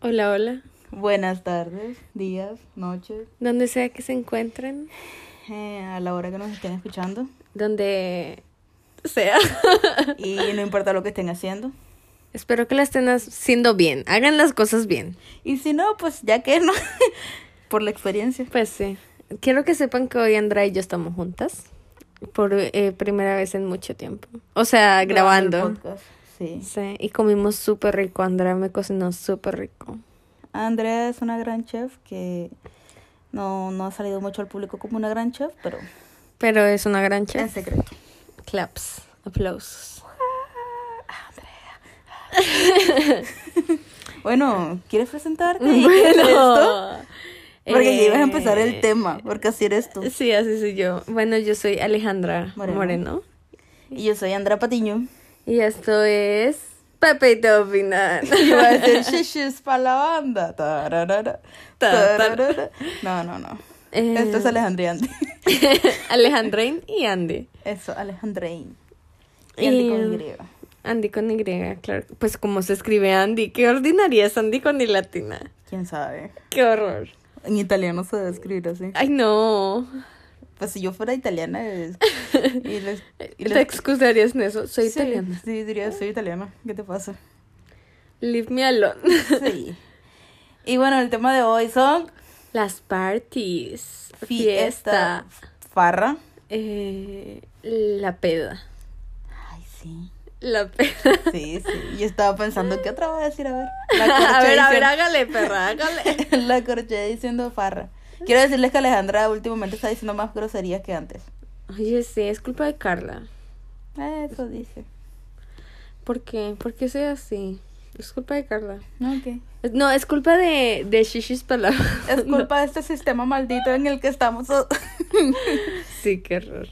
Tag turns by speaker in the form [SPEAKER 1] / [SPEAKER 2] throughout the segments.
[SPEAKER 1] Hola, hola.
[SPEAKER 2] Buenas tardes, días, noches,
[SPEAKER 1] Donde sea que se encuentren,
[SPEAKER 2] eh, a la hora que nos estén escuchando
[SPEAKER 1] donde sea.
[SPEAKER 2] y no importa lo que estén haciendo.
[SPEAKER 1] Espero que la estén haciendo bien. Hagan las cosas bien.
[SPEAKER 2] Y si no, pues ya que no, por la experiencia.
[SPEAKER 1] Pues sí. Quiero que sepan que hoy Andrea y yo estamos juntas. Por eh, primera vez en mucho tiempo. O sea, grabando.
[SPEAKER 2] el podcast, Sí.
[SPEAKER 1] Sí. Y comimos súper rico. Andrea me cocinó súper rico.
[SPEAKER 2] Andrea es una gran chef que no, no ha salido mucho al público como una gran chef, pero
[SPEAKER 1] Pero es una gran
[SPEAKER 2] en
[SPEAKER 1] chef.
[SPEAKER 2] secreto.
[SPEAKER 1] Claps. Aplausos.
[SPEAKER 2] Bueno, ¿quieres presentarte? ¿Y qué es esto? Porque ya ibas a empezar el
[SPEAKER 1] eh,
[SPEAKER 2] tema, porque así eres tú.
[SPEAKER 1] Sí, así soy yo. Bueno, yo soy Alejandra Moreno.
[SPEAKER 2] Moreno. Y yo soy Andrea Patiño.
[SPEAKER 1] Y esto es Pepito Final.
[SPEAKER 2] Y va a decir shishis para la banda. Tararara,
[SPEAKER 1] Ta, ta.
[SPEAKER 2] tararara. No, no, no.
[SPEAKER 1] Eh.
[SPEAKER 2] Esto es Alejandriante.
[SPEAKER 1] Alejandrain y Andy.
[SPEAKER 2] Eso, Alejandrein. Y Andy con
[SPEAKER 1] Y-
[SPEAKER 2] Y.
[SPEAKER 1] Andy con Y, claro. Pues como se escribe Andy. Qué ordinaria es Andy con Y latina.
[SPEAKER 2] ¿Quién sabe?
[SPEAKER 1] Qué horror.
[SPEAKER 2] En italiano se debe escribir así.
[SPEAKER 1] Ay, no.
[SPEAKER 2] Pues si yo fuera italiana es- y les- y
[SPEAKER 1] ¿Te
[SPEAKER 2] les-
[SPEAKER 1] excusarías en eso? Soy
[SPEAKER 2] Sí,
[SPEAKER 1] italiana.
[SPEAKER 2] Sí, diría, soy italiana. ¿Qué te pasa?
[SPEAKER 1] Leave me alone.
[SPEAKER 2] Sí. Y bueno, el tema de hoy son
[SPEAKER 1] Las parties. Fiesta.
[SPEAKER 2] fiesta, farra.
[SPEAKER 1] Eh, la peda.
[SPEAKER 2] Ay, sí.
[SPEAKER 1] La peda.
[SPEAKER 2] Sí, sí. Yo estaba pensando, ¿qué otra voy a decir? A ver.
[SPEAKER 1] a ver, a
[SPEAKER 2] corchadísima.
[SPEAKER 1] ver, hágale, perra, hágale.
[SPEAKER 2] La corché diciendo farra. Quiero decirles que Alejandra últimamente está diciendo más groserías que antes.
[SPEAKER 1] Oye, sí, es culpa de Carla.
[SPEAKER 2] Eso dice.
[SPEAKER 1] ¿Por qué? ¿Por qué soy así? Es culpa de Carla.
[SPEAKER 2] Ok.
[SPEAKER 1] Es- No, es culpa de, de Shishis Palabra.
[SPEAKER 2] Es culpa de este sistema maldito en el que estamos.
[SPEAKER 1] Sí, qué error.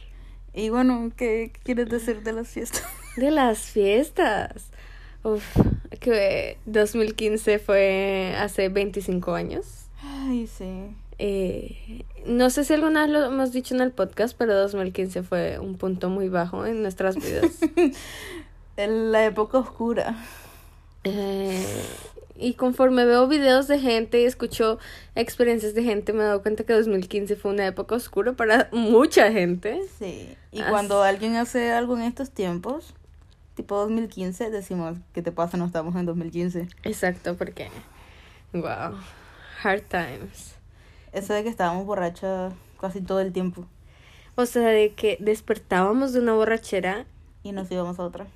[SPEAKER 2] y bueno, ¿qué, qué quieres decir de las fiestas?
[SPEAKER 1] De las fiestas. Uf, que 2015 fue hace 25 años.
[SPEAKER 2] Ay, sí.
[SPEAKER 1] Eh, no sé si alguna vez lo hemos dicho en el podcast, pero 2015 fue un punto muy bajo en nuestras vidas.
[SPEAKER 2] En la época oscura.
[SPEAKER 1] Eh, y conforme veo videos de gente y escucho experiencias de gente, me he dado cuenta que 2015 fue una época oscura para mucha gente.
[SPEAKER 2] Sí. Y
[SPEAKER 1] As-
[SPEAKER 2] cuando alguien hace algo en estos tiempos, tipo 2015, decimos, ¿qué te pasa? No estamos en 2015.
[SPEAKER 1] Exacto, porque, wow, hard times.
[SPEAKER 2] Eso de que estábamos borrachas casi todo el tiempo
[SPEAKER 1] O sea, de que despertábamos de una borrachera,
[SPEAKER 2] y nos íbamos a otra.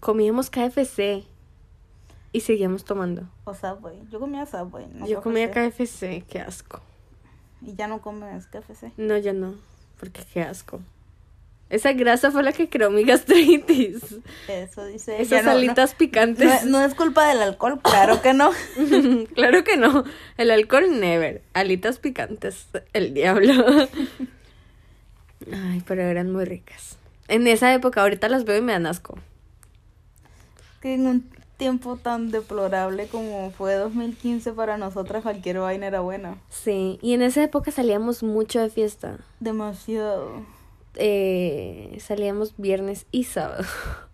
[SPEAKER 1] comíamos KFC y seguíamos tomando.
[SPEAKER 2] O Subway. Yo comía Subway. no
[SPEAKER 1] Yo comía
[SPEAKER 2] KFC.
[SPEAKER 1] KFC, qué asco.
[SPEAKER 2] Y ya no comes KFC.
[SPEAKER 1] No, ya no, porque qué asco. Esa grasa fue la que creó mi gastritis.
[SPEAKER 2] Eso dice.
[SPEAKER 1] Esas
[SPEAKER 2] ella, Eh, no-
[SPEAKER 1] alitas
[SPEAKER 2] No, no,
[SPEAKER 1] picantes.
[SPEAKER 2] no es culpa del alcohol, claro que no.
[SPEAKER 1] claro que no. El alcohol never. Alitas picantes. El diablo. Ay, pero eran muy ricas. En esa época, ahorita las veo y me dan asco.
[SPEAKER 2] que en un tiempo tan deplorable como fue 2015 para nosotras, cualquier vaina era buena.
[SPEAKER 1] Sí, y en esa época salíamos mucho de fiesta.
[SPEAKER 2] Demasiado.
[SPEAKER 1] Eh, salíamos viernes y sábado.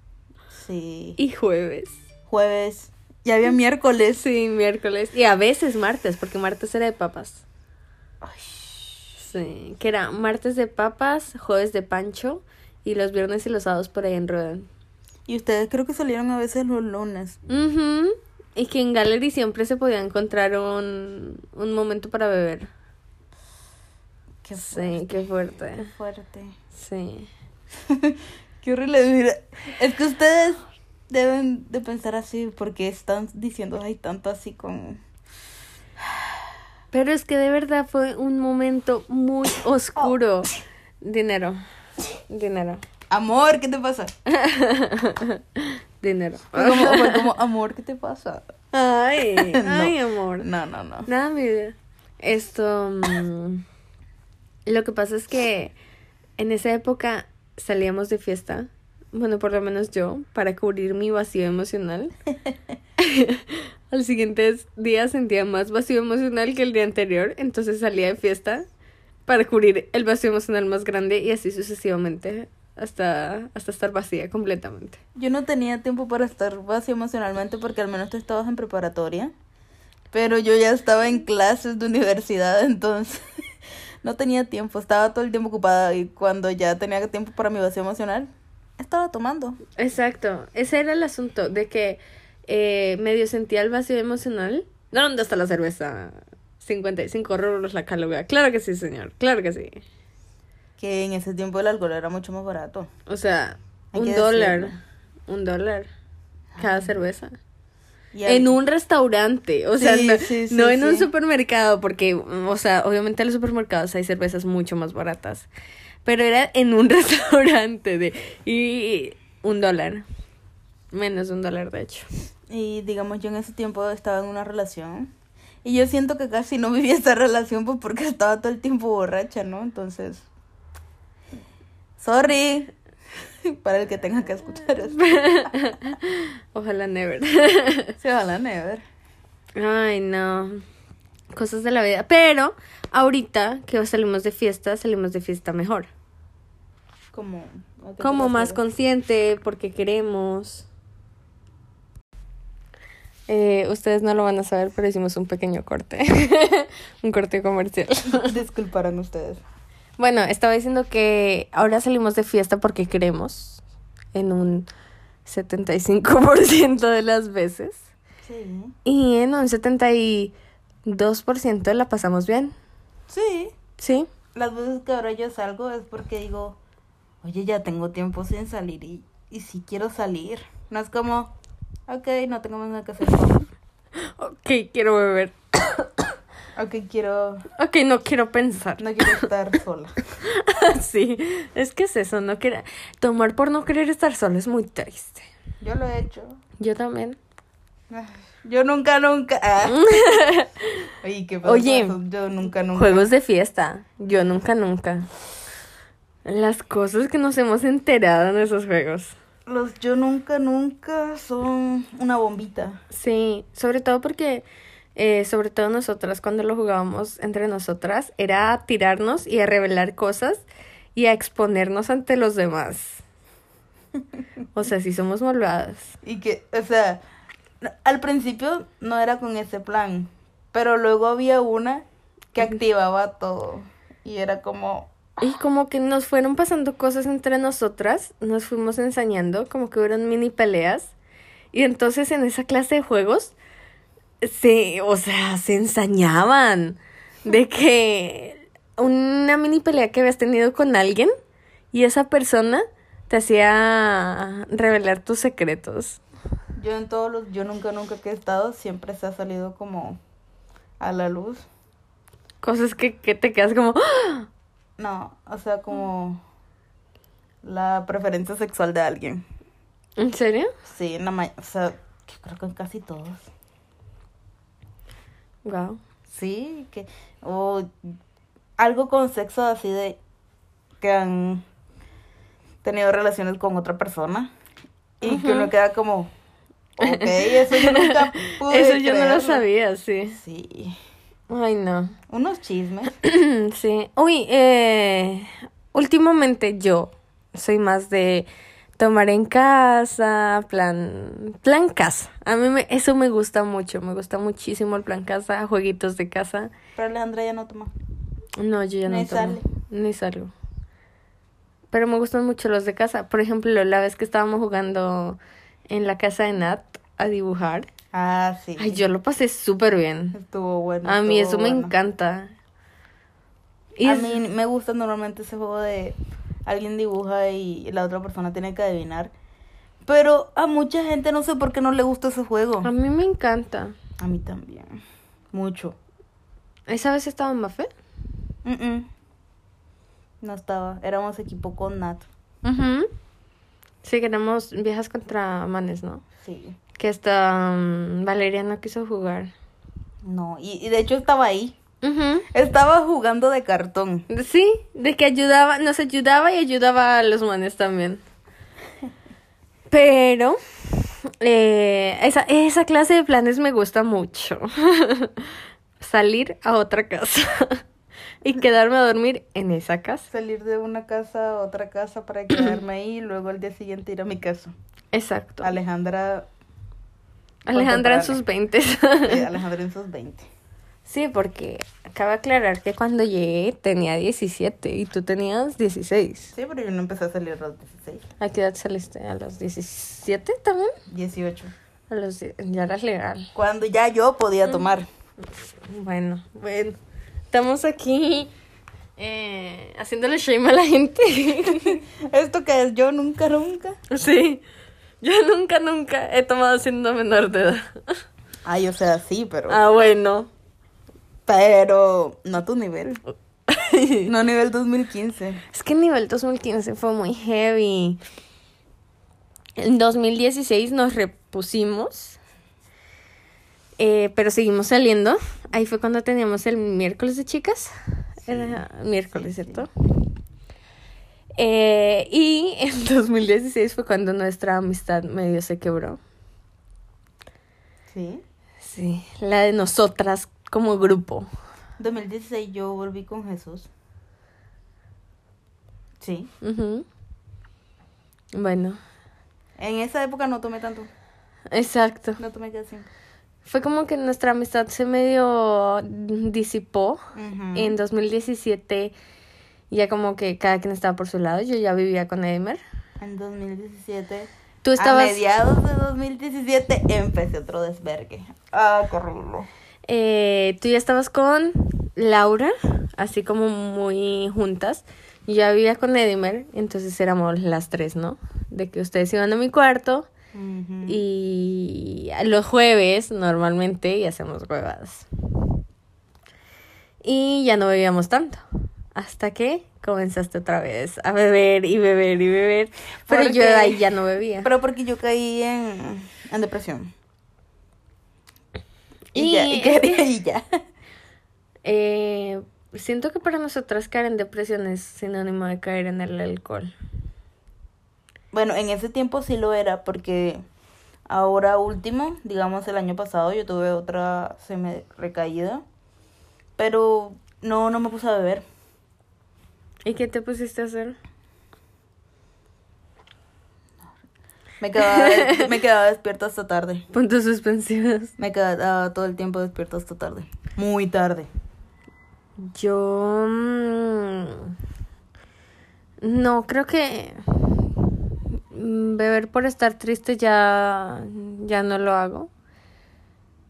[SPEAKER 2] Sí.
[SPEAKER 1] Y jueves.
[SPEAKER 2] Jueves. Ya había miércoles.
[SPEAKER 1] Sí, miércoles. Y a veces martes, porque martes era de papas.
[SPEAKER 2] Ay,
[SPEAKER 1] Sí, que era martes de papas, jueves de pancho y los viernes y los sábados por ahí en Rodan.
[SPEAKER 2] Y ustedes creo que salieron a veces los lunes.
[SPEAKER 1] Ujú. Y que en Gallery siempre se podía encontrar un, un momento para beber.
[SPEAKER 2] Qué
[SPEAKER 1] sí, qué
[SPEAKER 2] fuerte. Qué
[SPEAKER 1] fuerte.
[SPEAKER 2] fuerte.
[SPEAKER 1] Sí.
[SPEAKER 2] Qué horrible. Mira, es que ustedes deben de pensar así porque están diciendo, ay, tanto así como...
[SPEAKER 1] Pero es que de verdad fue un momento muy oscuro. Oh. Dinero. Dinero.
[SPEAKER 2] Amor, ¿qué te pasa?
[SPEAKER 1] Dinero.
[SPEAKER 2] Fue como, fue como, amor, ¿qué te pasa?
[SPEAKER 1] Ay,
[SPEAKER 2] No.
[SPEAKER 1] ay, amor.
[SPEAKER 2] No, no, no.
[SPEAKER 1] Nada, mi vida. Esto. mm, lo que pasa es que en esa época salíamos de fiesta. Bueno, por lo menos yo, para cubrir mi vacío emocional. Al siguiente día sentía más vacío emocional que el día anterior, entonces salía de fiesta para cubrir el vacío emocional más grande y así sucesivamente hasta, hasta estar vacía completamente.
[SPEAKER 2] Yo no tenía tiempo para estar vacía emocionalmente porque al menos tú estabas en preparatoria, pero yo ya estaba en clases de universidad, entonces no tenía tiempo, estaba todo el tiempo ocupada y cuando ya tenía tiempo para mi vacío emocional, estaba tomando.
[SPEAKER 1] Exacto, ese era el asunto, de que eh, medio sentía el vacío emocional. ¿Dónde está la cerveza? 55 rublos la caluga. Claro que sí, señor, claro que sí.
[SPEAKER 2] Que en ese tiempo el alcohol era mucho más barato.
[SPEAKER 1] O sea,
[SPEAKER 2] Hay
[SPEAKER 1] un
[SPEAKER 2] que
[SPEAKER 1] dólar,
[SPEAKER 2] decirlo.
[SPEAKER 1] un dólar cada cerveza.
[SPEAKER 2] Y
[SPEAKER 1] En
[SPEAKER 2] ahorita-
[SPEAKER 1] un restaurante, o sea,
[SPEAKER 2] Sí,
[SPEAKER 1] no,
[SPEAKER 2] sí, sí,
[SPEAKER 1] no en un
[SPEAKER 2] sí.
[SPEAKER 1] supermercado, porque, o sea, obviamente en los supermercados hay cervezas mucho más baratas, pero era en un restaurante de y un dólar, menos de un dólar de hecho.
[SPEAKER 2] Y digamos, yo en ese tiempo estaba en una relación. Y yo siento que casi no viví esa relación pues porque estaba todo el tiempo borracha, ¿no? Entonces. Sorry. Para el que tenga que escuchar esto.
[SPEAKER 1] Ojalá never.
[SPEAKER 2] Se va a la never.
[SPEAKER 1] Ay, no. Cosas de la vida. Pero ahorita que salimos de fiesta, salimos de fiesta mejor.
[SPEAKER 2] Como.
[SPEAKER 1] Como más consciente, porque queremos. Eh, ustedes no lo van a saber, pero hicimos un pequeño corte. un corte comercial.
[SPEAKER 2] Disculparán ustedes.
[SPEAKER 1] Bueno, estaba diciendo que ahora salimos de fiesta porque queremos. En un 75% de las veces.
[SPEAKER 2] Sí.
[SPEAKER 1] Y en un 72% la pasamos bien.
[SPEAKER 2] Sí.
[SPEAKER 1] ¿Sí?
[SPEAKER 2] Las veces que ahora yo salgo es porque digo, oye, ya tengo tiempo sin salir y, y sí quiero salir. No es como, ok, no tengo más nada que hacer.
[SPEAKER 1] Ok, quiero beber.
[SPEAKER 2] Ok, quiero
[SPEAKER 1] Ok, no quiero pensar.
[SPEAKER 2] No quiero estar sola.
[SPEAKER 1] sí, es que es eso, no querer... Tomar por no querer estar solo es muy triste.
[SPEAKER 2] Yo lo he hecho.
[SPEAKER 1] Yo también.
[SPEAKER 2] Ay, Yo nunca, nunca. ah. Oye, ¿qué pasa?
[SPEAKER 1] Oye,
[SPEAKER 2] yo nunca, nunca.
[SPEAKER 1] Juegos de fiesta. Yo nunca, nunca. Las cosas que nos hemos enterado en esos juegos.
[SPEAKER 2] Los yo nunca, nunca son una bombita.
[SPEAKER 1] Sí, sobre todo porque, eh, sobre todo nosotras, cuando lo jugábamos entre nosotras, era a tirarnos y a revelar cosas y a exponernos ante los demás. O sea, sí somos malvadas.
[SPEAKER 2] Y que, o sea, al principio no era con ese plan, pero luego había una que activaba todo. Y era como,
[SPEAKER 1] Y como que nos fueron pasando cosas entre nosotras, nos fuimos ensañando, como que hubieron mini peleas. Y entonces en esa clase de juegos, se, o sea, se ensañaban de que una mini pelea que habías tenido con alguien y esa persona te hacía revelar tus secretos.
[SPEAKER 2] yo en todos los yo nunca, nunca que he estado, siempre se ha salido como a la luz.
[SPEAKER 1] Cosas que, que te quedas como, ¡Ah!
[SPEAKER 2] No, o sea, como la preferencia sexual de alguien.
[SPEAKER 1] ¿en serio?
[SPEAKER 2] Sí, en la ma- o sea, yo creo que en casi todos.
[SPEAKER 1] Wow.
[SPEAKER 2] Sí, que o algo con sexo así de que han tenido relaciones con otra persona y que uno queda como, ok, eso yo nunca pude
[SPEAKER 1] Eso yo no lo
[SPEAKER 2] creerlo".
[SPEAKER 1] sabía, sí.
[SPEAKER 2] Sí,
[SPEAKER 1] Ay, no.
[SPEAKER 2] unos chismes.
[SPEAKER 1] Sí. Uy, eh, últimamente yo soy más de tomar en casa, plan, plan casa. A mí me- eso me gusta mucho, me gusta muchísimo el plan casa, jueguitos de casa.
[SPEAKER 2] Pero Alejandra ya no toma.
[SPEAKER 1] No, yo ya no
[SPEAKER 2] Ni
[SPEAKER 1] tomo,
[SPEAKER 2] sale.
[SPEAKER 1] ni salgo. Pero me gustan mucho los de casa. Por ejemplo, la vez que estábamos jugando en la casa de Nat a dibujar,
[SPEAKER 2] Ah, sí.
[SPEAKER 1] ay, yo lo pasé súper bien.
[SPEAKER 2] Estuvo bueno.
[SPEAKER 1] A mí eso
[SPEAKER 2] estuvo
[SPEAKER 1] me
[SPEAKER 2] bueno.
[SPEAKER 1] encanta. Y
[SPEAKER 2] A
[SPEAKER 1] es-
[SPEAKER 2] mí me gusta normalmente ese juego de alguien dibuja y la otra persona tiene que adivinar. Pero a mucha gente no sé por qué no le gusta ese juego.
[SPEAKER 1] a mí me encanta.
[SPEAKER 2] A mí también. Mucho.
[SPEAKER 1] ¿Esa vez estaba en Mafé?
[SPEAKER 2] Mm-mm. No estaba. Éramos equipo con Nat.
[SPEAKER 1] Sí, que éramos viejas contra manes, ¿no?
[SPEAKER 2] Sí.
[SPEAKER 1] Que hasta mm, Valeria no quiso jugar.
[SPEAKER 2] No. Y, y de hecho estaba ahí.
[SPEAKER 1] Ujú.
[SPEAKER 2] Estaba jugando de cartón.
[SPEAKER 1] Sí, de que ayudaba, nos ayudaba y ayudaba a los manes también. Pero eh, esa, esa clase de planes me gusta mucho. Salir a otra casa. y quedarme a dormir en esa casa.
[SPEAKER 2] Salir de una casa a otra casa para quedarme ahí y luego al día siguiente ir a mi casa.
[SPEAKER 1] Exacto.
[SPEAKER 2] Alejandra.
[SPEAKER 1] Alejandra en sus 20.
[SPEAKER 2] eh, Alejandra en sus 20.
[SPEAKER 1] sí, porque acaba de aclarar que cuando llegué tenía 17 y tú tenías 16.
[SPEAKER 2] Sí, pero yo no empecé a salir a los 16,
[SPEAKER 1] ¿A qué edad saliste? ¿A los 17 también?
[SPEAKER 2] 18.
[SPEAKER 1] A los die- ya era legal.
[SPEAKER 2] Cuando ya yo
[SPEAKER 1] Mm.
[SPEAKER 2] podía tomar.
[SPEAKER 1] Bueno, bueno. Estamos aquí eh, haciéndole shame a la gente.
[SPEAKER 2] ¿Esto que es? Yo nunca, nunca.
[SPEAKER 1] sí. Yo nunca, nunca he tomado siendo menor de edad.
[SPEAKER 2] Ay, o sea, sí, pero.
[SPEAKER 1] Ah, bueno.
[SPEAKER 2] Pero no a tu nivel. No a nivel 2015.
[SPEAKER 1] Es que el nivel 2015 fue muy heavy. En 2016 nos repusimos, eh, pero seguimos saliendo. Ahí fue cuando teníamos el miércoles de chicas. Era miércoles,
[SPEAKER 2] sí, sí.
[SPEAKER 1] ¿cierto? Eh, y en 2016 fue cuando nuestra amistad medio se quebró.
[SPEAKER 2] Sí.
[SPEAKER 1] Sí, la de nosotras como grupo.
[SPEAKER 2] 2016 yo volví con Jesús. Sí.
[SPEAKER 1] Ujú. Bueno,
[SPEAKER 2] En esa época no tomé tanto.
[SPEAKER 1] exacto.
[SPEAKER 2] No tomé casi. Ujú.
[SPEAKER 1] Fue como que nuestra amistad se medio disipó.
[SPEAKER 2] Mm.
[SPEAKER 1] En 2017 ya como que cada quien estaba por su lado. Yo ya vivía con Edmer.
[SPEAKER 2] En 2017.
[SPEAKER 1] Tú estabas...
[SPEAKER 2] A mediados de 2017 empecé otro desvergue. Ah, qué horrible.
[SPEAKER 1] eh, tú ya estabas con Laura, así como muy juntas. Yo ya vivía con Edmer, entonces éramos las tres, ¿no? De que ustedes iban a mi cuarto
[SPEAKER 2] Ujú.
[SPEAKER 1] y los jueves normalmente y hacemos huevadas. Y ya no bebíamos tanto. Hasta que comenzaste otra vez a beber y beber y beber. Pero
[SPEAKER 2] ¿Por
[SPEAKER 1] yo
[SPEAKER 2] qué?
[SPEAKER 1] ahí ya no bebía.
[SPEAKER 2] Pero porque yo caí en, en depresión. Y,
[SPEAKER 1] Y
[SPEAKER 2] ya, y,
[SPEAKER 1] es que-
[SPEAKER 2] y ya.
[SPEAKER 1] Eh, siento que para nosotras caer en depresión es sinónimo de caer en el alcohol.
[SPEAKER 2] Bueno, en ese tiempo sí lo era, porque ahora último, digamos el año pasado, yo tuve otra semi recaída. Pero no, no me puse a beber.
[SPEAKER 1] ¿Y qué te pusiste a hacer?
[SPEAKER 2] Me quedaba, des- me quedaba despierta hasta tarde.
[SPEAKER 1] Puntos suspensivos.
[SPEAKER 2] Me quedaba todo el tiempo despierta hasta tarde. Muy tarde.
[SPEAKER 1] Yo... mm, No, creo que mm, beber por estar triste ya, ya no lo hago.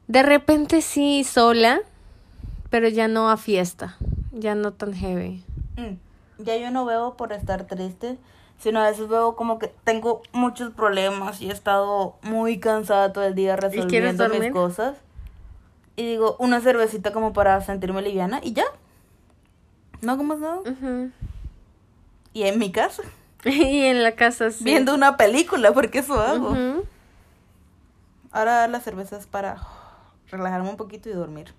[SPEAKER 1] De repente sí sola, pero ya no a fiesta, ya no tan heavy.
[SPEAKER 2] Mm, Ya yo no bebo por estar triste, sino a veces bebo como que tengo muchos problemas y he estado muy cansada todo el día
[SPEAKER 1] quieres
[SPEAKER 2] resolviendo mis
[SPEAKER 1] dormir?
[SPEAKER 2] cosas. Y digo, una cervecita como para sentirme liviana y ya. No como nada.
[SPEAKER 1] Ujú.
[SPEAKER 2] Y en mi casa,
[SPEAKER 1] Y en la casa sí.
[SPEAKER 2] viendo una película, porque eso hago.
[SPEAKER 1] Ujú.
[SPEAKER 2] Ahora las cervezas para relajarme un poquito y dormir.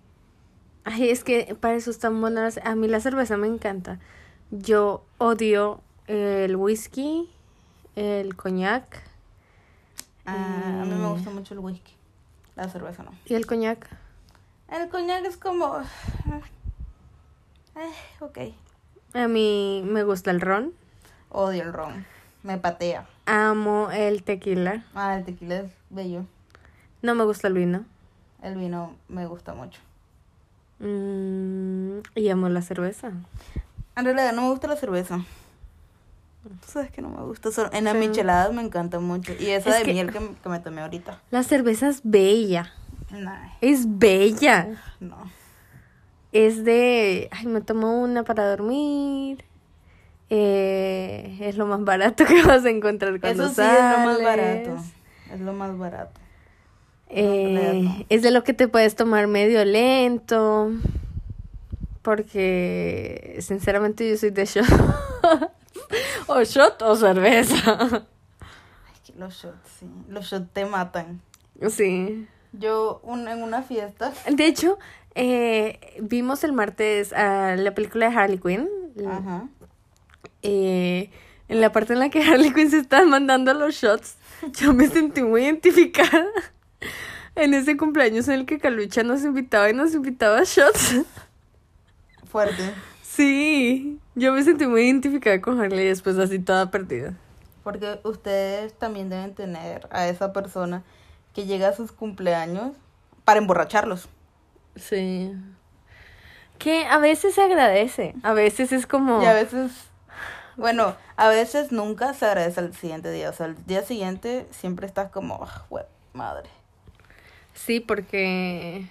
[SPEAKER 1] Ay, es que para eso están buenas. A mí la cerveza me encanta. Yo odio el whisky, el coñac.
[SPEAKER 2] Ah, A mí me
[SPEAKER 1] Mm.
[SPEAKER 2] gusta mucho el whisky. La cerveza no.
[SPEAKER 1] ¿Y el coñac?
[SPEAKER 2] El coñac es como... ah, Eh, ok.
[SPEAKER 1] A mí me gusta el ron.
[SPEAKER 2] Odio el ron. Me patea.
[SPEAKER 1] Amo el tequila.
[SPEAKER 2] Ah, el tequila es bello.
[SPEAKER 1] No me gusta el vino.
[SPEAKER 2] El vino me gusta mucho.
[SPEAKER 1] Mm, y amo la cerveza.
[SPEAKER 2] En realidad no me gusta la cerveza. Tú sabes que no me gusta. solo- En las
[SPEAKER 1] Sí.
[SPEAKER 2] micheladas me encanta mucho. Y esa
[SPEAKER 1] Es
[SPEAKER 2] de
[SPEAKER 1] que-
[SPEAKER 2] miel que, m- que me tomé ahorita.
[SPEAKER 1] La cerveza es bella.
[SPEAKER 2] Nah,
[SPEAKER 1] Es bella.
[SPEAKER 2] no.
[SPEAKER 1] Es de... Ay, me tomo una para dormir. Eh, es lo más barato que vas a encontrar cuando
[SPEAKER 2] Eso sí es lo más
[SPEAKER 1] sales.
[SPEAKER 2] barato. Es lo más barato.
[SPEAKER 1] Eh,
[SPEAKER 2] no.
[SPEAKER 1] Es de lo que te puedes tomar medio lento. Porque sinceramente yo soy de shot. o shot o cerveza.
[SPEAKER 2] Ay, que los shots, sí. Los shots te matan.
[SPEAKER 1] sí.
[SPEAKER 2] Yo un- en una fiesta.
[SPEAKER 1] De hecho, eh, vimos el martes ah, la película de Harley Quinn.
[SPEAKER 2] Ajá.
[SPEAKER 1] Eh, en la parte en la que Harley Quinn se está mandando los shots, yo me sentí muy identificada. En ese cumpleaños en el que Calucha nos invitaba y nos invitaba a shots.
[SPEAKER 2] Fuerte.
[SPEAKER 1] Sí, yo me sentí muy identificada con Harley después así toda perdida.
[SPEAKER 2] Porque ustedes también deben tener a esa persona que llega a sus cumpleaños para emborracharlos.
[SPEAKER 1] Sí. Que a veces se agradece, a veces es como...
[SPEAKER 2] Y a veces, bueno, a veces nunca se agradece al siguiente día. O sea, al día siguiente siempre estás como, "Ah, hue- madre.
[SPEAKER 1] Sí, porque...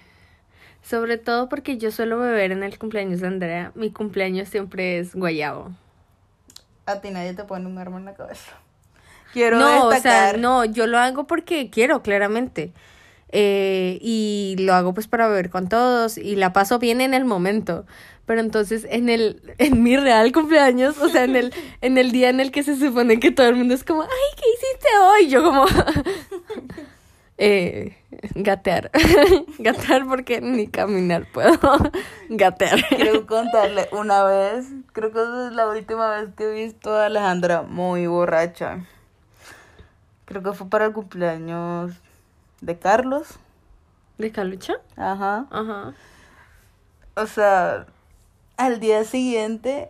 [SPEAKER 1] Sobre todo porque yo suelo beber en el cumpleaños de Andrea. Mi cumpleaños siempre es guayabo.
[SPEAKER 2] A ti nadie te pone un arma en la cabeza. Quiero
[SPEAKER 1] no, o
[SPEAKER 2] destacar.
[SPEAKER 1] sea, no, yo lo hago porque quiero, claramente. Eh, y lo hago pues para beber con todos y la paso bien en el momento. Pero entonces en el, en mi real cumpleaños, o sea, en el, en el día en el que se supone que todo el mundo es como, ay, ¿qué hiciste hoy? Yo como, eh, gatear, gatear porque ni caminar puedo, gatear.
[SPEAKER 2] Quiero contarle una vez, creo que esa es la última vez que he visto a Alejandra muy borracha. Creo que fue para el cumpleaños de Carlos.
[SPEAKER 1] ¿De calucha?
[SPEAKER 2] Ajá.
[SPEAKER 1] Ajá.
[SPEAKER 2] O sea, al día siguiente,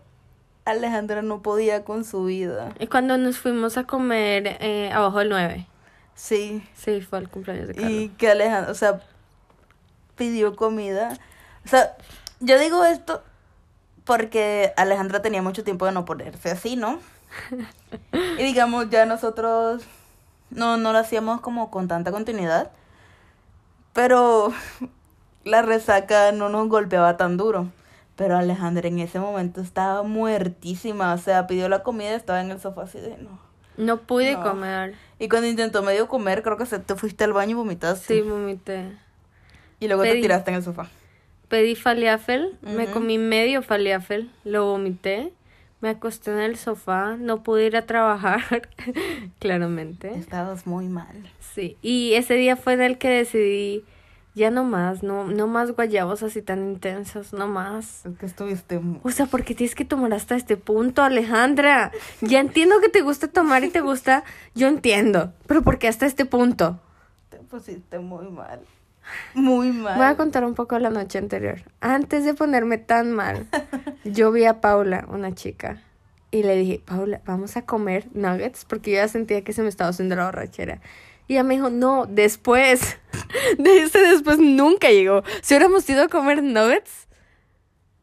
[SPEAKER 2] Alejandra no podía con su vida.
[SPEAKER 1] Y cuando nos fuimos a comer eh, abajo del 9.
[SPEAKER 2] Sí.
[SPEAKER 1] Sí, fue el cumpleaños de Carlos.
[SPEAKER 2] Y que Alejandra, o sea, pidió comida. O sea, yo digo esto porque Alejandra tenía mucho tiempo de no ponerse así, ¿no? Y digamos, ya nosotros no, no lo hacíamos como con tanta continuidad, pero la resaca no nos golpeaba tan duro. Pero Alejandra en ese momento estaba muertísima, o sea, pidió la comida, estaba en el sofá así de no.
[SPEAKER 1] No pude
[SPEAKER 2] No.
[SPEAKER 1] comer.
[SPEAKER 2] Y cuando intentó medio comer, creo que se te fuiste al baño y vomitaste.
[SPEAKER 1] Sí, vomité.
[SPEAKER 2] Y luego te
[SPEAKER 1] Pedí.
[SPEAKER 2] tiraste en el sofá.
[SPEAKER 1] Pedí falafel, me
[SPEAKER 2] Ujú.
[SPEAKER 1] comí medio falafel, lo vomité, me acosté en el sofá, no pude ir a trabajar, claramente.
[SPEAKER 2] Estabas muy mal.
[SPEAKER 1] Sí, y ese día fue en el que decidí ya no más, no, no más guayabos así tan intensos, no más.
[SPEAKER 2] Es que estuviste muy...
[SPEAKER 1] O sea, ¿por qué tienes que tomar hasta este punto, Alejandra? Ya entiendo que te gusta tomar y te gusta, yo entiendo, pero ¿por qué hasta este punto?
[SPEAKER 2] Te pusiste muy mal. Muy mal.
[SPEAKER 1] Voy a contar un poco la noche anterior. Antes de ponerme tan mal, yo vi a Paula, una chica, y le dije, Paula, vamos a comer nuggets, porque yo ya sentía que se me estaba haciendo la borrachera. Y ella me dijo, no, después. De ese después nunca llegó. Si hubiéramos ido a comer nuggets,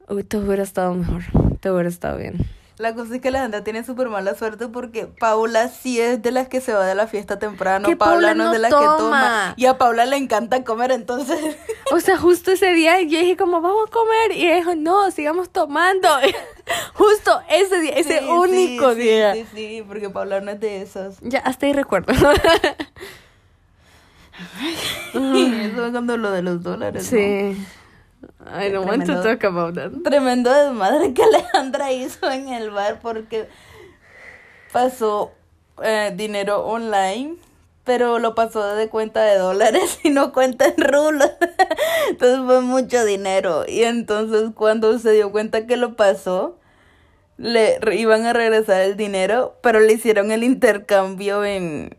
[SPEAKER 1] uy, todo hubiera estado mejor. Todo hubiera estado bien.
[SPEAKER 2] La cosa es que la gente tiene súper mala suerte porque Paula sí es de las que se va de la fiesta temprano.
[SPEAKER 1] Que Paula
[SPEAKER 2] Paula no
[SPEAKER 1] no
[SPEAKER 2] es de las que
[SPEAKER 1] toma.
[SPEAKER 2] toma. Y a Paula le encanta comer, entonces...
[SPEAKER 1] O sea, justo ese día yo dije como vamos a comer y ella dijo no, sigamos tomando. justo ese día, ese
[SPEAKER 2] Sí, sí,
[SPEAKER 1] único
[SPEAKER 2] sí,
[SPEAKER 1] día.
[SPEAKER 2] Sí, sí, porque Paula no es de esas.
[SPEAKER 1] Ya, hasta ahí recuerdo.
[SPEAKER 2] Y eso es cuando lo de los dólares, ¿no?
[SPEAKER 1] sí. I don't want to
[SPEAKER 2] Tremendo.
[SPEAKER 1] talk about that.
[SPEAKER 2] Tremendo desmadre que Alejandra hizo en el bar porque pasó eh, dinero online, pero lo pasó de cuenta de dólares y no cuenta en rulos. Entonces fue mucho dinero. Y entonces cuando se dio cuenta que lo pasó, le re- iban a regresar el dinero, pero le hicieron el intercambio en...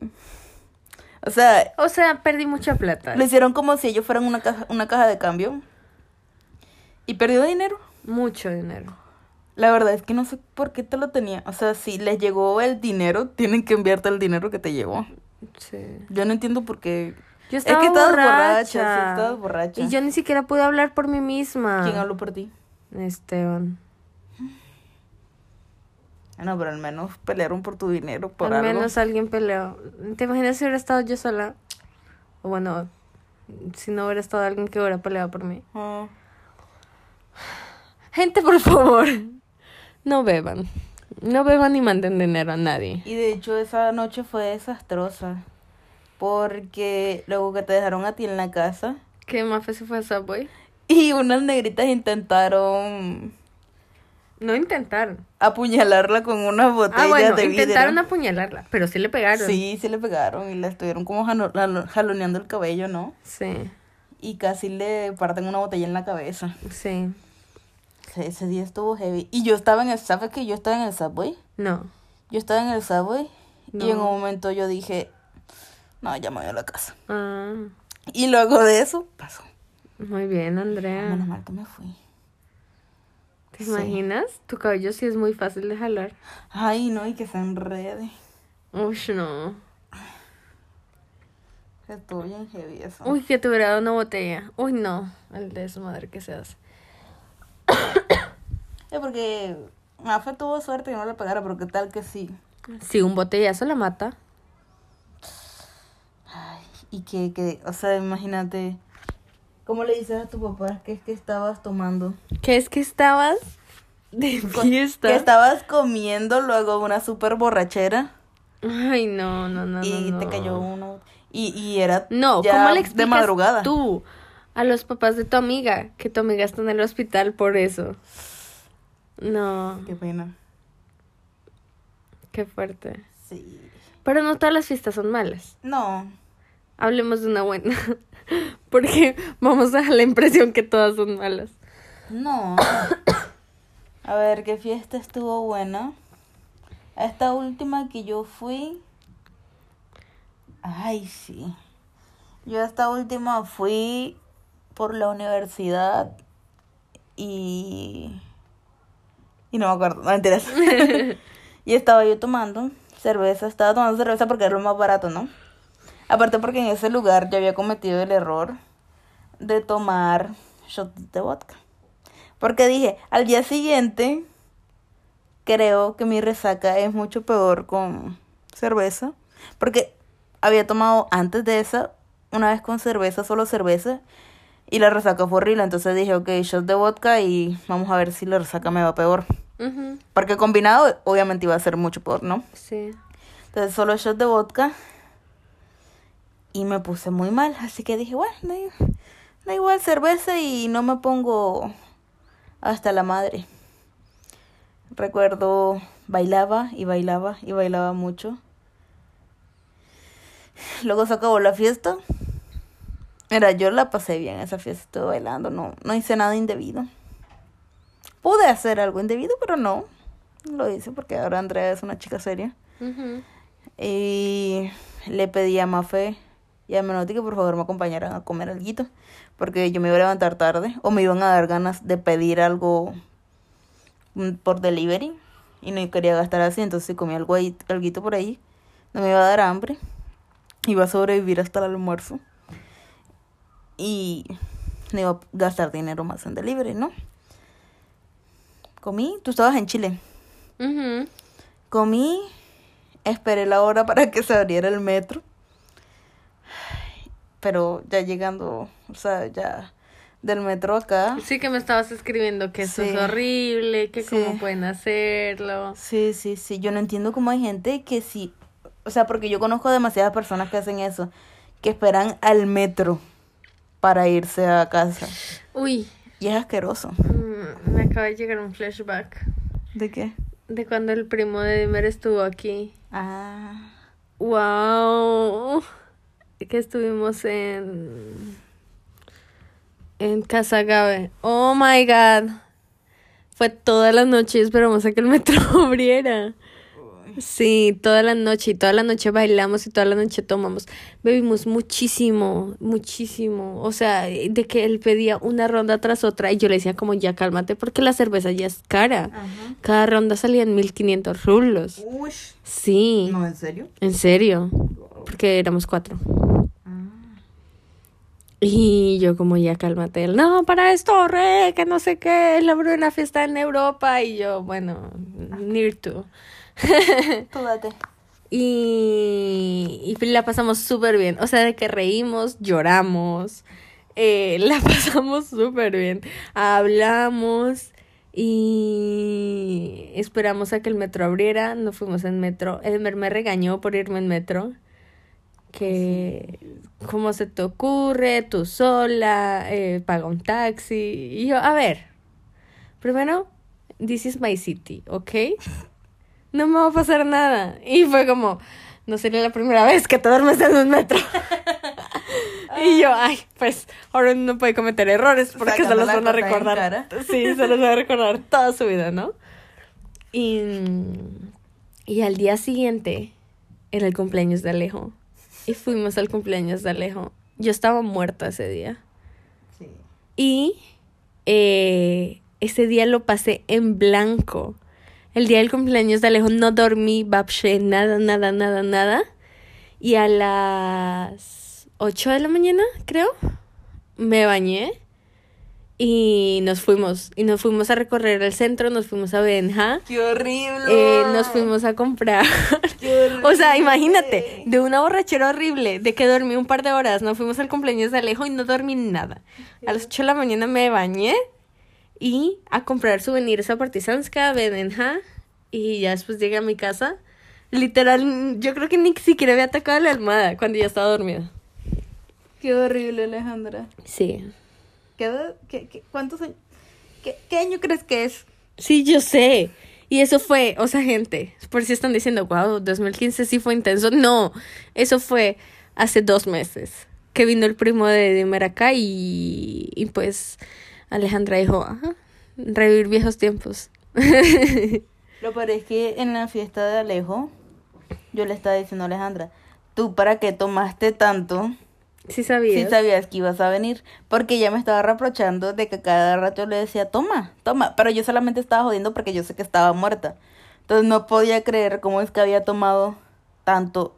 [SPEAKER 2] O sea,
[SPEAKER 1] O sea, perdí mucha plata.
[SPEAKER 2] lo hicieron como si ellos fueran una caja, una caja de cambio. Y perdió dinero.
[SPEAKER 1] Mucho dinero.
[SPEAKER 2] La verdad es que no sé por qué te lo tenía. O sea, si les llegó el dinero, tienen que enviarte el dinero que te llegó.
[SPEAKER 1] Sí.
[SPEAKER 2] Yo no entiendo por qué.
[SPEAKER 1] Yo estaba
[SPEAKER 2] es que estabas borracha. sí,
[SPEAKER 1] borracha.
[SPEAKER 2] estabas borracha.
[SPEAKER 1] Y yo ni siquiera pude hablar por mí misma.
[SPEAKER 2] ¿Quién habló por ti?
[SPEAKER 1] Esteban.
[SPEAKER 2] Ah, no, pero al menos pelearon por tu dinero, por
[SPEAKER 1] Al
[SPEAKER 2] algo.
[SPEAKER 1] menos alguien peleó. ¿Te imaginas si hubiera estado yo sola? O bueno, si no hubiera estado alguien que hubiera peleado por mí.
[SPEAKER 2] Ah.
[SPEAKER 1] Gente, por favor, no beban. No beban ni manden dinero a nadie.
[SPEAKER 2] Y de hecho esa noche fue desastrosa. Porque luego que te dejaron a ti en la casa
[SPEAKER 1] ¿Qué Mafe se fue a Subway?
[SPEAKER 2] y unas negritas intentaron
[SPEAKER 1] No intentaron.
[SPEAKER 2] apuñalarla con unas botellas
[SPEAKER 1] Ah, bueno,
[SPEAKER 2] de vidrio.
[SPEAKER 1] intentaron apuñalarla, pero sí le pegaron.
[SPEAKER 2] Sí, se le pegaron y la estuvieron como jalo- jalo- jaloneando el cabello, ¿no?
[SPEAKER 1] Sí,
[SPEAKER 2] Y casi le parten una botella en la cabeza.
[SPEAKER 1] sí.
[SPEAKER 2] O sea, Ese día estuvo heavy. Y yo estaba en el subway, que yo estaba en el subway.
[SPEAKER 1] No.
[SPEAKER 2] Yo estaba en el subway y en
[SPEAKER 1] No.
[SPEAKER 2] un momento yo dije, no, ya me voy a la casa.
[SPEAKER 1] Ah,
[SPEAKER 2] Y luego de eso pasó.
[SPEAKER 1] Mm. muy bien, Andrea.
[SPEAKER 2] Menos mal que me fui.
[SPEAKER 1] ¿Te
[SPEAKER 2] Sí.
[SPEAKER 1] imaginas? Tu cabello sí es muy fácil de jalar.
[SPEAKER 2] Ay, no, y que se enrede.
[SPEAKER 1] Uy, no.
[SPEAKER 2] Que estuvo bien heavy eso.
[SPEAKER 1] Uy, que te hubiera dado una botella. Uy, no. El de su madre que se hace.
[SPEAKER 2] Es porque Mafe tuvo suerte y no le pegara, pero qué tal que sí.
[SPEAKER 1] Sí, un botellazo la mata.
[SPEAKER 2] Ay, y que, que, o sea, imagínate. ¿Cómo le dices a tu papá que es que estabas tomando?
[SPEAKER 1] ¿Qué es que estabas de
[SPEAKER 2] Co-
[SPEAKER 1] fiesta?
[SPEAKER 2] Que estabas comiendo luego una super borrachera
[SPEAKER 1] Ay, no, no, no.
[SPEAKER 2] y
[SPEAKER 1] no,
[SPEAKER 2] te
[SPEAKER 1] no.
[SPEAKER 2] cayó una. Y, y era
[SPEAKER 1] No,
[SPEAKER 2] ya
[SPEAKER 1] ¿cómo le explicas
[SPEAKER 2] de madrugada.
[SPEAKER 1] tú a los papás de tu amiga que tu amiga está en el hospital por eso? No,
[SPEAKER 2] Qué pena.
[SPEAKER 1] qué fuerte.
[SPEAKER 2] Sí.
[SPEAKER 1] Pero no todas las fiestas son malas.
[SPEAKER 2] No.
[SPEAKER 1] Hablemos de una buena. Porque vamos a dar la impresión que todas son malas.
[SPEAKER 2] No. A ver, ¿qué fiesta estuvo buena? A Esta última que yo fui. Ay, sí. Yo a esta última fui por la universidad y. Y no me acuerdo, no mentiras. y estaba yo tomando cerveza, estaba tomando cerveza porque era lo más barato, ¿no? Aparte porque en ese lugar yo había cometido el error de tomar shots de vodka. Porque dije, al día siguiente, creo que mi resaca es mucho peor con cerveza. Porque había tomado antes de esa, una vez con cerveza, solo cerveza. Y la resaca fue horrible. Entonces dije, ok, shot de vodka y vamos a ver si la resaca me va peor.
[SPEAKER 1] Ujú,
[SPEAKER 2] Porque combinado, obviamente iba a ser mucho peor, ¿no?
[SPEAKER 1] Sí.
[SPEAKER 2] Entonces solo shot de vodka. Y me puse muy mal. Así que dije, bueno, da igual, da igual cerveza y no me pongo hasta la madre. Recuerdo, bailaba y bailaba y bailaba mucho. Luego se acabó la fiesta. Mira, yo la pasé bien esa fiesta, estuve bailando, no, no hice nada indebido. Pude hacer algo indebido, pero no. no Lo hice porque ahora Andrea es una chica seria.
[SPEAKER 1] Ujú.
[SPEAKER 2] Y le pedí a Mafe y a Menotti que por favor me acompañaran a comer algo, porque yo me iba a levantar tarde o me iban a dar ganas de pedir algo mm, por delivery y no quería gastar así, entonces si comí algo ahí, alguito por ahí, no me iba a dar hambre, iba a sobrevivir hasta el almuerzo y no iba a gastar dinero más en delivery, ¿no? Comí, tú estabas en Chile.
[SPEAKER 1] Ujú.
[SPEAKER 2] Comí, esperé la hora para que se abriera el metro. Pero ya llegando, o sea, ya del metro acá.
[SPEAKER 1] Sí que me estabas escribiendo que eso
[SPEAKER 2] Ah. Sí.
[SPEAKER 1] es horrible, que
[SPEAKER 2] Sí.
[SPEAKER 1] cómo pueden hacerlo.
[SPEAKER 2] Sí, sí, sí. Yo no entiendo cómo hay gente que sí. O sea, porque yo conozco demasiadas personas que hacen eso, que esperan al metro para irse a casa.
[SPEAKER 1] Uy,
[SPEAKER 2] Y es asqueroso.
[SPEAKER 1] mm, me acaba de llegar un flashback
[SPEAKER 2] ¿De qué?
[SPEAKER 1] de cuando el primo de Dimer estuvo aquí.
[SPEAKER 2] Ah,
[SPEAKER 1] Wow. Que estuvimos en en Casa Gabe. Oh my god. Fue toda la noche y esperamos a que el metro abriera. Sí, toda la noche y toda la noche bailamos y toda la noche tomamos. Bebimos muchísimo, muchísimo. O sea, de que él pedía una ronda tras otra y yo le decía como ya cálmate porque la cerveza ya es cara.
[SPEAKER 2] Ajá.
[SPEAKER 1] Cada ronda salían 1500 rublos.
[SPEAKER 2] uy.
[SPEAKER 1] Sí.
[SPEAKER 2] No, ¿en serio?
[SPEAKER 1] En serio, porque éramos cuatro. Y yo como ya cálmate, él, no, para esto, re, que no sé qué, él abrió una fiesta en Europa y yo, bueno, near to.
[SPEAKER 2] Tú date.
[SPEAKER 1] Y, y la pasamos súper bien, o sea, de que reímos, lloramos, eh, la pasamos súper bien, hablamos y esperamos a que el metro abriera, nos fuimos en metro, Elmer me regañó por irme en metro que cómo se te ocurre, tú sola, eh, paga un taxi. Y yo, a ver, primero, this is my city, ¿ok? No me va a pasar nada. Y fue como, no sería la primera vez que te duermes en un metro. y yo, ay, pues ahora no puede cometer errores porque se
[SPEAKER 2] Sacando
[SPEAKER 1] los
[SPEAKER 2] la
[SPEAKER 1] van a
[SPEAKER 2] cosa en
[SPEAKER 1] recordar.
[SPEAKER 2] cara.
[SPEAKER 1] Sí, se los va a recordar toda su vida, ¿no? Y, y al día siguiente era el cumpleaños de Alejo. Y fuimos al cumpleaños de Alejo. Yo estaba muerta ese día.
[SPEAKER 2] Sí.
[SPEAKER 1] Y eh, ese día lo pasé en blanco. El día del cumpleaños de Alejo no dormí, babshe, nada, nada, nada, nada. Y a las 8 de la mañana, creo, me bañé y nos fuimos. Y nos fuimos a recorrer el centro, nos fuimos a Benja,
[SPEAKER 2] ¡Qué horrible!
[SPEAKER 1] eh, nos fuimos a comprar.
[SPEAKER 2] ¡Qué horrible!
[SPEAKER 1] O sea, imagínate, de una borrachera horrible, de que dormí un par de horas, no fuimos al cumpleaños de Alejo y no dormí nada. A las 8 de la mañana me bañé y a comprar souvenirs a Partizanska, Benenja, y ya después llegué a mi casa. Literal, yo creo que ni siquiera había atacado la almohada cuando ya estaba dormida.
[SPEAKER 2] ¡Qué horrible, Alejandra!
[SPEAKER 1] Sí.
[SPEAKER 2] ¿Qué, qué, qué- cuántos años? ¿Qué, qué año crees que es?
[SPEAKER 1] Sí, yo sé. Y eso fue, o sea, gente, por si están diciendo, wow, 2015 sí fue intenso. No, eso fue hace dos meses que vino el primo de Dimer acá y, y pues Alejandra dijo, ajá, revivir viejos tiempos.
[SPEAKER 2] Lo peor es que en la fiesta de Alejo, yo le estaba diciendo a Alejandra, ¿tú para qué tomaste tanto?
[SPEAKER 1] Sí
[SPEAKER 2] Si
[SPEAKER 1] sabías.
[SPEAKER 2] sabías que ibas a venir, porque ella me estaba reprochando de que cada rato le decía, toma, toma, pero yo solamente estaba jodiendo porque yo sé que estaba muerta. Entonces no podía creer cómo es que había tomado tanto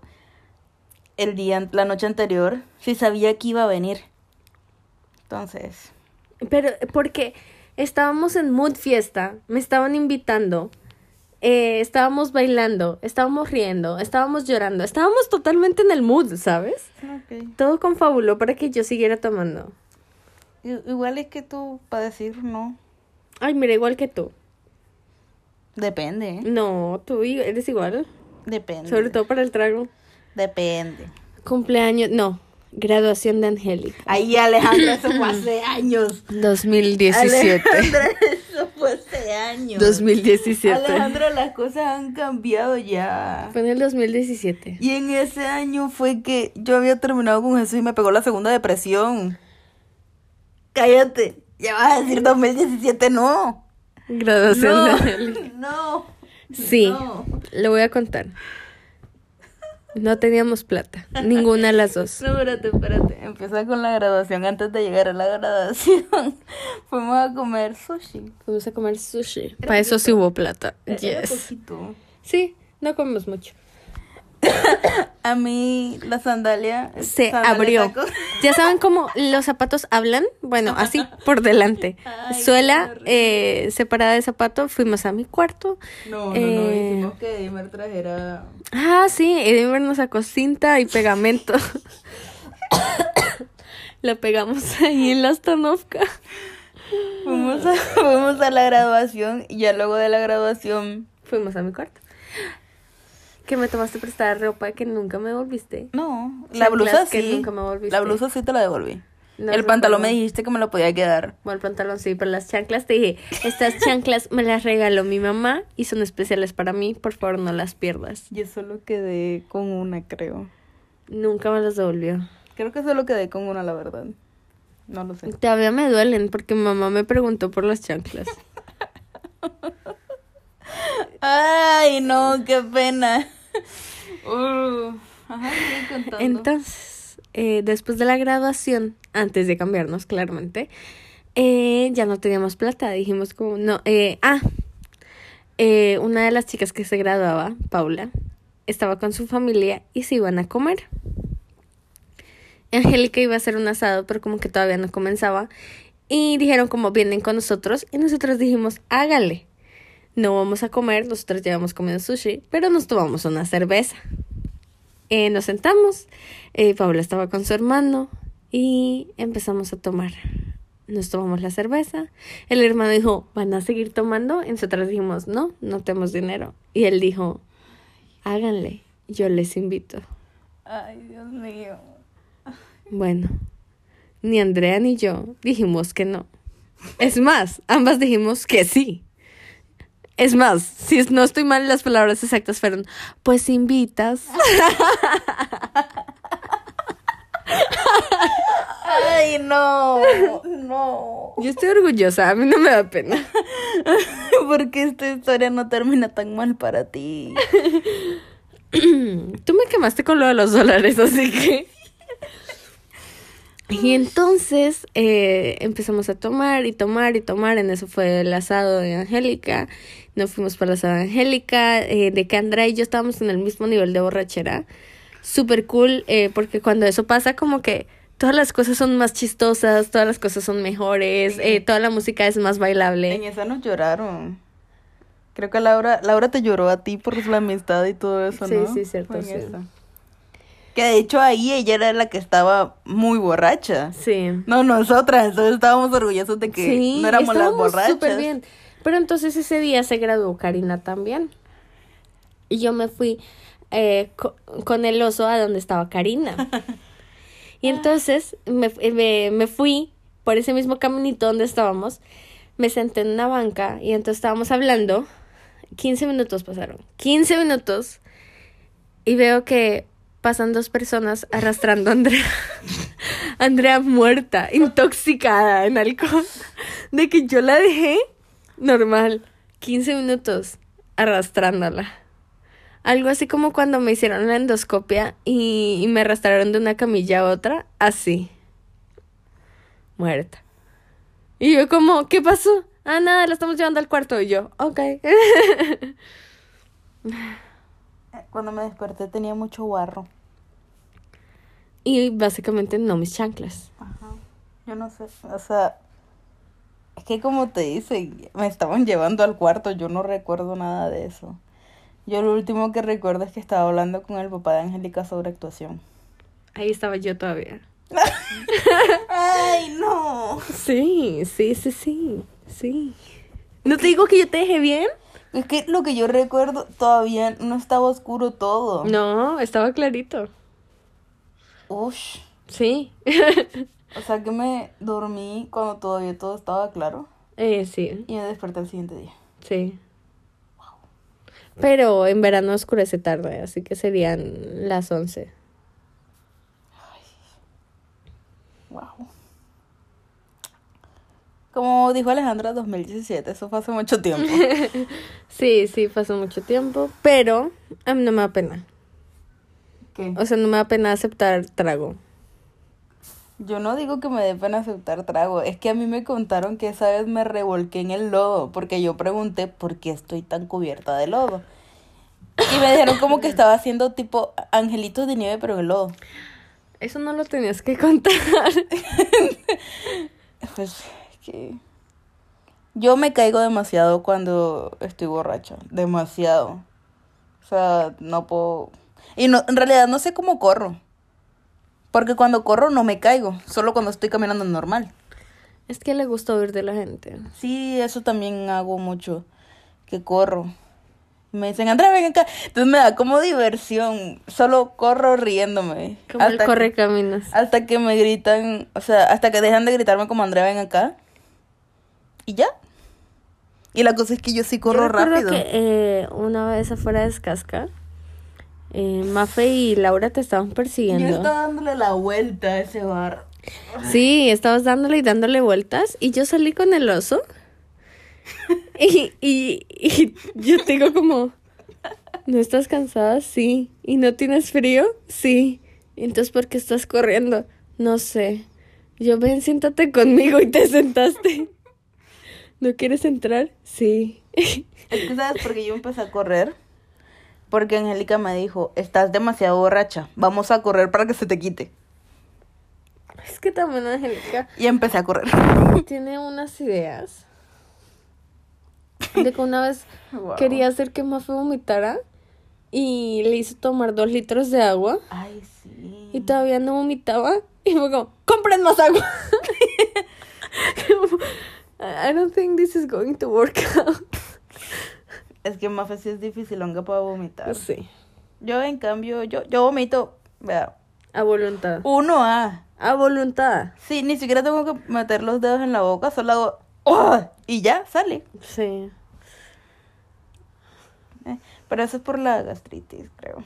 [SPEAKER 2] el día, la noche anterior, si sabía que iba a venir. Entonces,
[SPEAKER 1] Pero porque estábamos en mood fiesta, me estaban invitando, eh, estábamos bailando, estábamos riendo, estábamos llorando, estábamos totalmente en el mood, ¿sabes? Todo confabuló para que yo siguiera tomando.
[SPEAKER 2] I- igual es que tú, para decir no,
[SPEAKER 1] Ay, mira, igual que tú.
[SPEAKER 2] depende, ¿eh?
[SPEAKER 1] No, tú i- eres igual.
[SPEAKER 2] depende.
[SPEAKER 1] Sobre todo para el trago.
[SPEAKER 2] Depende.
[SPEAKER 1] Cumpleaños, no. Graduación de Angélica.
[SPEAKER 2] Ahí Alejandra, eso fue hace años.
[SPEAKER 1] 2017.
[SPEAKER 2] Alejandra, eso fue hace años.
[SPEAKER 1] 2017.
[SPEAKER 2] Alejandra, las cosas han cambiado ya.
[SPEAKER 1] Fue en el 2017.
[SPEAKER 2] Y en ese año fue que yo había terminado con Jesús y me pegó la segunda depresión. Cállate, ya vas a decir 2017, no.
[SPEAKER 1] Graduación de
[SPEAKER 2] No,
[SPEAKER 1] Angélica.
[SPEAKER 2] no.
[SPEAKER 1] Sí,
[SPEAKER 2] No.
[SPEAKER 1] lo voy a contar. No teníamos plata. Ninguna de las dos.
[SPEAKER 2] No, espérate, espérate. Empieza con la graduación. Antes de llegar a la graduación, fuimos a comer sushi.
[SPEAKER 1] Vamos a comer sushi. Eh, pues, Para eso sí hubo plata.
[SPEAKER 2] Era
[SPEAKER 1] Yes.
[SPEAKER 2] poquito.
[SPEAKER 1] Sí, no comemos mucho.
[SPEAKER 2] A mí la sandalia
[SPEAKER 1] se
[SPEAKER 2] sandalia
[SPEAKER 1] abrió.
[SPEAKER 2] taco.
[SPEAKER 1] Ya saben cómo los zapatos hablan, bueno, así por delante.
[SPEAKER 2] Ay, qué
[SPEAKER 1] Suela eh, separada de zapato, fuimos a mi cuarto.
[SPEAKER 2] No, no, no.
[SPEAKER 1] Eh,
[SPEAKER 2] Dijimos que Dimer trajera.
[SPEAKER 1] Ah, sí, Edimber nos sacó cinta y pegamento. Lo pegamos ahí en la stanovka.
[SPEAKER 2] Fuimos a, fuimos a la graduación y ya luego de la graduación.
[SPEAKER 1] Fuimos a mi cuarto. Que me tomaste prestada ropa que nunca me volviste.
[SPEAKER 2] No,
[SPEAKER 1] Sí,
[SPEAKER 2] la blusa
[SPEAKER 1] las que
[SPEAKER 2] sí.
[SPEAKER 1] nunca me volviste.
[SPEAKER 2] la blusa sí te la devolví.
[SPEAKER 1] No
[SPEAKER 2] el pantalón me
[SPEAKER 1] recuerdo.
[SPEAKER 2] dijiste que me lo podía quedar.
[SPEAKER 1] Bueno, el pantalón sí, pero las chanclas te dije, estas chanclas me las regaló mi mamá y son especiales para mí, por favor no las pierdas.
[SPEAKER 2] Yo solo quedé con una, creo.
[SPEAKER 1] Nunca me las devolvió.
[SPEAKER 2] Creo que solo quedé con una, la verdad. No lo sé.
[SPEAKER 1] Todavía me duelen porque mi mamá me preguntó por las chanclas.
[SPEAKER 2] Ay, no, qué pena. Uh, ajá, sigue contando.
[SPEAKER 1] Entonces, eh, después de la graduación, antes de cambiarnos claramente, eh, ya no teníamos plata. Dijimos como, no, eh, ah, eh, una de las chicas que se graduaba, Paula, estaba con su familia y se iban a comer. Angélica iba a hacer un asado, pero como que todavía no comenzaba. Y dijeron como, vienen con nosotros. Y nosotros dijimos, hágale. No vamos a comer, nosotros llevamos comiendo sushi, pero nos tomamos una cerveza. Eh, nos sentamos, eh, Paula estaba con su hermano y empezamos a tomar. Nos tomamos la cerveza. El hermano dijo, ¿van a seguir tomando? Y nosotros dijimos, no, no tenemos dinero. Y él dijo, háganle, yo les invito.
[SPEAKER 2] Ay, Dios mío.
[SPEAKER 1] Bueno, ni Andrea ni yo dijimos que no. Es más, ambas dijimos que sí. Es más, si es- no estoy mal, las palabras exactas fueron, pues invitas.
[SPEAKER 2] Ay, no, no.
[SPEAKER 1] Yo estoy orgullosa, a mí no me da pena.
[SPEAKER 2] Porque esta historia no termina tan mal para ti.
[SPEAKER 1] Tú me quemaste con lo de los dólares, así que. Y entonces eh, empezamos a tomar y tomar y tomar. En eso fue el asado de Angélica. Nos fuimos para el asado de Angélica. Eh, de que Andrea y yo estábamos en el mismo nivel de borrachera. Súper cool, eh, porque cuando eso pasa, como que todas las cosas son más chistosas, todas las cosas son mejores,
[SPEAKER 2] Sí.
[SPEAKER 1] eh, toda la música es más
[SPEAKER 2] En
[SPEAKER 1] bailable.
[SPEAKER 2] esa nos lloraron. Creo que Laura, Laura te lloró a ti por la amistad y todo eso,
[SPEAKER 1] Sí,
[SPEAKER 2] ¿no?
[SPEAKER 1] sí, cierto,
[SPEAKER 2] Fue en
[SPEAKER 1] sí.
[SPEAKER 2] esa. Que de hecho ahí ella era la que estaba muy borracha.
[SPEAKER 1] Sí.
[SPEAKER 2] No, nosotras, entonces estábamos orgullosos de que no éramos las
[SPEAKER 1] estábamos
[SPEAKER 2] borrachas.
[SPEAKER 1] súper bien. Pero entonces ese día se graduó Karina también. Y yo me fui eh, co- con el oso a donde estaba Karina. Y entonces me, fu- eh, me, me fui por ese mismo caminito donde estábamos. Me senté en una banca y entonces estábamos hablando. 15 minutos pasaron. 15 minutos. Y veo que pasan dos personas arrastrando a Andrea. Andrea muerta, intoxicada en alcohol. De que yo la dejé normal. 15 minutos arrastrándola. Algo así como cuando me hicieron la endoscopia y, y me arrastraron de una camilla a otra, así. Muerta. Y yo como, ¿qué pasó? Ah, nada, la estamos llevando al cuarto. Y yo, ok.
[SPEAKER 2] Cuando me desperté tenía mucho barro.
[SPEAKER 1] y básicamente no mis chanclas.
[SPEAKER 2] Ajá. Yo no sé. O sea, es que como te dicen, me estaban llevando al cuarto, yo no recuerdo nada de eso. Yo lo último que recuerdo es que estaba hablando con el papá de Angélica sobre actuación.
[SPEAKER 1] Ahí estaba yo todavía.
[SPEAKER 2] ¡Ay, no!
[SPEAKER 1] Sí, sí, sí, sí, sí. ¿No te digo que yo te dejé bien?
[SPEAKER 2] Es que lo que yo recuerdo todavía no estaba oscuro todo.
[SPEAKER 1] No, estaba clarito.
[SPEAKER 2] Ush.
[SPEAKER 1] Sí.
[SPEAKER 2] O sea que me dormí cuando todavía todo estaba claro
[SPEAKER 1] eh, sí,
[SPEAKER 2] y me desperté al siguiente día.
[SPEAKER 1] sí. Pero en verano oscurece tarde, así que serían las 11.
[SPEAKER 2] Wow. Como dijo Alejandra, 2017, eso fue hace mucho tiempo.
[SPEAKER 1] Sí, sí, pasó mucho tiempo, pero a mí no me da pena.
[SPEAKER 2] ¿Qué?
[SPEAKER 1] O sea, no me da pena aceptar trago.
[SPEAKER 2] Yo no digo que me dé pena aceptar trago, es que a mí me contaron que esa vez me revolqué en el lodo, porque yo pregunté por qué estoy tan cubierta de lodo. Y me dijeron como que estaba haciendo tipo angelitos de nieve, pero en el lodo.
[SPEAKER 1] Eso no lo tenías que contar.
[SPEAKER 2] Pues es que yo me caigo demasiado cuando estoy borracha, demasiado. O sea, no puedo y no en realidad no sé cómo corro. Porque cuando corro no me caigo, solo cuando estoy caminando normal.
[SPEAKER 1] Es que le gusta oír de la gente.
[SPEAKER 2] Sí, eso también hago mucho, que corro. Me dicen, Andrea, ven acá. Entonces me da como diversión, solo corro riéndome.
[SPEAKER 1] Como el
[SPEAKER 2] Hasta que-
[SPEAKER 1] correcaminos.
[SPEAKER 2] hasta que me gritan, o sea, hasta que dejan de gritarme como Andrea, ven acá. Y ya. Y la cosa es que yo sí corro
[SPEAKER 1] Yo recuerdo
[SPEAKER 2] rápido.
[SPEAKER 1] que eh, una vez afuera de Escasca, eh, Mafe y Laura te estaban persiguiendo.
[SPEAKER 2] dándole la vuelta a ese bar.
[SPEAKER 1] Sí, estabas dándole y dándole vueltas. Y yo salí con el oso. Y, y, y yo te digo como, ¿no estás cansada? Sí. ¿Y no tienes frío? Sí. Entonces, ¿por qué estás corriendo? No sé. Yo ven, siéntate conmigo y te sentaste. ¿No quieres entrar? Sí.
[SPEAKER 2] Es que sabes porque yo empecé a correr. Porque Angélica me dijo, estás demasiado borracha, vamos a correr para que se te quite.
[SPEAKER 1] Es que también, Angélica,
[SPEAKER 2] Y empecé a correr.
[SPEAKER 1] tiene unas ideas de que una vez
[SPEAKER 2] Wow.
[SPEAKER 1] quería hacer que Mafe vomitara y le hizo tomar dos litros de agua
[SPEAKER 2] Ay,
[SPEAKER 1] y
[SPEAKER 2] sí.
[SPEAKER 1] todavía no vomitaba y fue como, compren más agua. Como, I don't think this is going to work out.
[SPEAKER 2] Es que Mafe sí es difícil, aunque para vomitar.
[SPEAKER 1] Sí,
[SPEAKER 2] Pues, Yo, en cambio, yo, yo vomito, vea,
[SPEAKER 1] a voluntad.
[SPEAKER 2] uno a...
[SPEAKER 1] A voluntad.
[SPEAKER 2] Sí, ni siquiera tengo que meter los dedos en la boca, solo hago "Oh", y ya sale.
[SPEAKER 1] Sí.
[SPEAKER 2] Eh, Pero eso es por la gastritis, creo.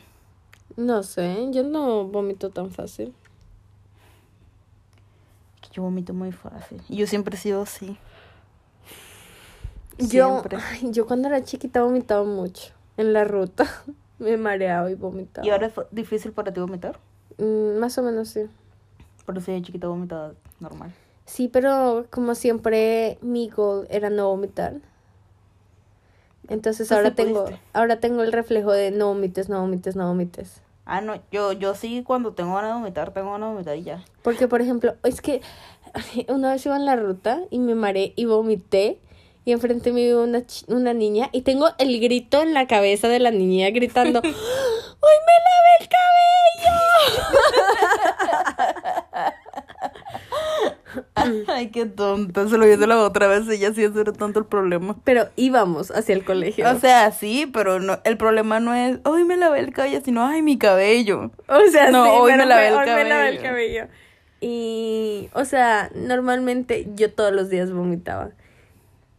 [SPEAKER 1] No sé, yo no vomito tan fácil.
[SPEAKER 2] Que Yo vomito muy fácil. Y Yo siempre he sido así.
[SPEAKER 1] Yo,
[SPEAKER 2] Siempre.
[SPEAKER 1] ay, yo cuando era chiquita vomitaba mucho en la ruta. Me mareaba y vomitaba.
[SPEAKER 2] ¿Y ahora es fu- difícil para ti vomitar?
[SPEAKER 1] Mm, más o menos sí.
[SPEAKER 2] Pero sí, de chiquita vomitaba normal.
[SPEAKER 1] Sí, pero como siempre mi goal era no vomitar. Entonces
[SPEAKER 2] Pues
[SPEAKER 1] ahora
[SPEAKER 2] sí
[SPEAKER 1] tengo,
[SPEAKER 2] pudiste.
[SPEAKER 1] ahora tengo el reflejo de no vomites, no vomites, no vomites.
[SPEAKER 2] Ah, no, yo, yo sí cuando tengo ganas de vomitar, tengo ganas de vomitar y ya.
[SPEAKER 1] Porque por ejemplo, es que una vez iba en la ruta y me mareé y vomité y enfrente me iba una, chi- una niña y tengo el grito en la cabeza de la niña gritando, ¡Uy, me lavé el cabello!
[SPEAKER 2] Ay, qué tonta, se lo hice la otra vez y ya sí, ese era tanto el problema.
[SPEAKER 1] Pero íbamos hacia el colegio.
[SPEAKER 2] O sea, sí, pero no, el problema no es, ay, me lavé el cabello, sino, ay, mi cabello.
[SPEAKER 1] O sea,
[SPEAKER 2] No,
[SPEAKER 1] sí,
[SPEAKER 2] hoy
[SPEAKER 1] pero
[SPEAKER 2] me lavé
[SPEAKER 1] fue-
[SPEAKER 2] el
[SPEAKER 1] hoy me lavé el
[SPEAKER 2] cabello.
[SPEAKER 1] cabello. Y, o sea, normalmente yo todos los días vomitaba.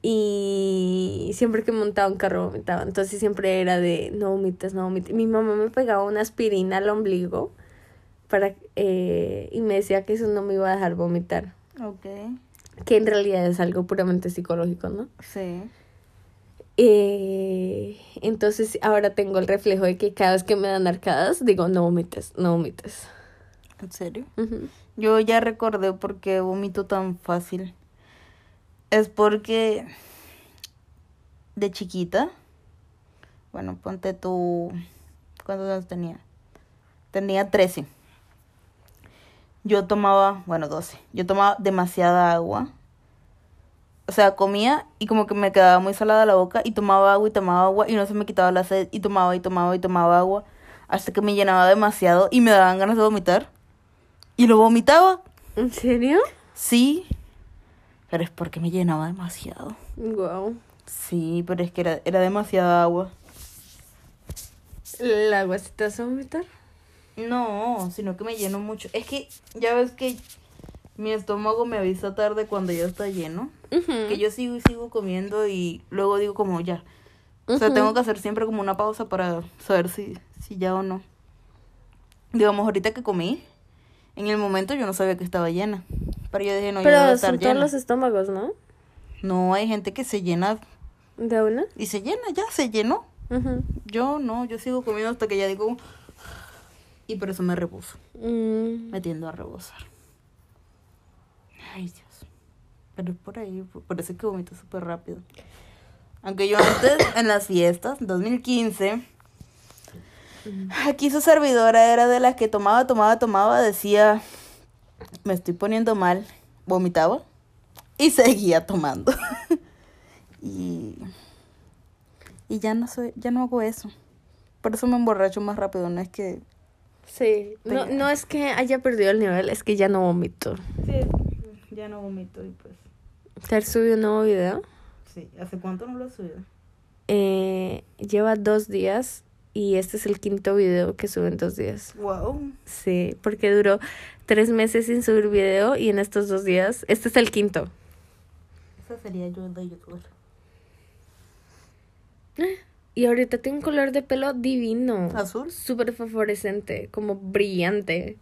[SPEAKER 1] Y siempre que montaba un carro vomitaba. Entonces siempre era de no vomites, no vomites. Mi mamá me pegaba una aspirina al ombligo para, eh, y me decía que eso no me iba a dejar vomitar.
[SPEAKER 2] Ok,
[SPEAKER 1] Que en realidad es algo puramente psicológico, ¿no?
[SPEAKER 2] sí.
[SPEAKER 1] Eh, entonces ahora tengo el reflejo de que cada vez que me dan arcadas digo no vomites, no vomites.
[SPEAKER 2] ¿En serio?
[SPEAKER 1] Ujú.
[SPEAKER 2] Yo ya recordé por qué vomito tan fácil. Es porque de chiquita, bueno, ponte tú, ¿cuántos años tenía? Tenía 13. Yo tomaba, bueno, 12. Yo tomaba demasiada agua. O sea, comía y como que me quedaba muy salada la boca y tomaba agua y tomaba agua y no se me quitaba la sed y tomaba y tomaba y tomaba agua hasta que me llenaba demasiado y me daban ganas de vomitar. Y lo vomitaba.
[SPEAKER 1] ¿En serio?
[SPEAKER 2] Sí. Pero es porque me llenaba demasiado.
[SPEAKER 1] Wow.
[SPEAKER 2] Sí, pero es que era, era demasiada agua.
[SPEAKER 1] ¿El agua se te hace vomitar?
[SPEAKER 2] No, sino que me lleno mucho. Es que ya ves que mi estómago me avisa tarde cuando ya está lleno. Que yo sigo y sigo comiendo y luego digo como ya. O sea,
[SPEAKER 1] Ujú.
[SPEAKER 2] tengo que hacer siempre como una pausa para saber si, si ya o no. Digamos, ahorita que comí, en el momento yo no sabía que estaba llena. Pero yo dije, no, yo debo
[SPEAKER 1] Pero
[SPEAKER 2] estar
[SPEAKER 1] son todos
[SPEAKER 2] llena.
[SPEAKER 1] los estómagos, ¿no?
[SPEAKER 2] No, hay gente que se llena
[SPEAKER 1] ¿De una?
[SPEAKER 2] y se llena, ya se llenó.
[SPEAKER 1] Ujú.
[SPEAKER 2] Yo no, yo sigo comiendo hasta que ya digo. Y por eso me rebuso.
[SPEAKER 1] Mm,
[SPEAKER 2] Me tiendo a rebosar. Ay, Dios. Pero es por ahí, por- por eso es que vomito súper rápido. Aunque yo antes, en las fiestas, 2015, aquí su servidora era de las que tomaba, tomaba, tomaba, decía, me estoy poniendo mal, vomitaba y seguía tomando. y, y ya no soy, ya no hago eso. Por eso me emborracho más rápido, no es que
[SPEAKER 1] Sí. No, no es que haya perdido el nivel, es que ya no vomito.
[SPEAKER 2] Sí, ya no vomito y pues.
[SPEAKER 1] Ter subió un nuevo video.
[SPEAKER 2] Sí, ¿hace cuánto no lo subido?
[SPEAKER 1] Eh, lleva dos días y este es el quinto video que sube en dos días.
[SPEAKER 2] Wow.
[SPEAKER 1] Sí, porque duró tres meses sin subir video y en estos dos días, este es el quinto.
[SPEAKER 2] Esa sería yo de youtuber.
[SPEAKER 1] Y ahorita tiene un color de pelo divino.
[SPEAKER 2] ¿Azul?
[SPEAKER 1] Súper favorecente, como brillante.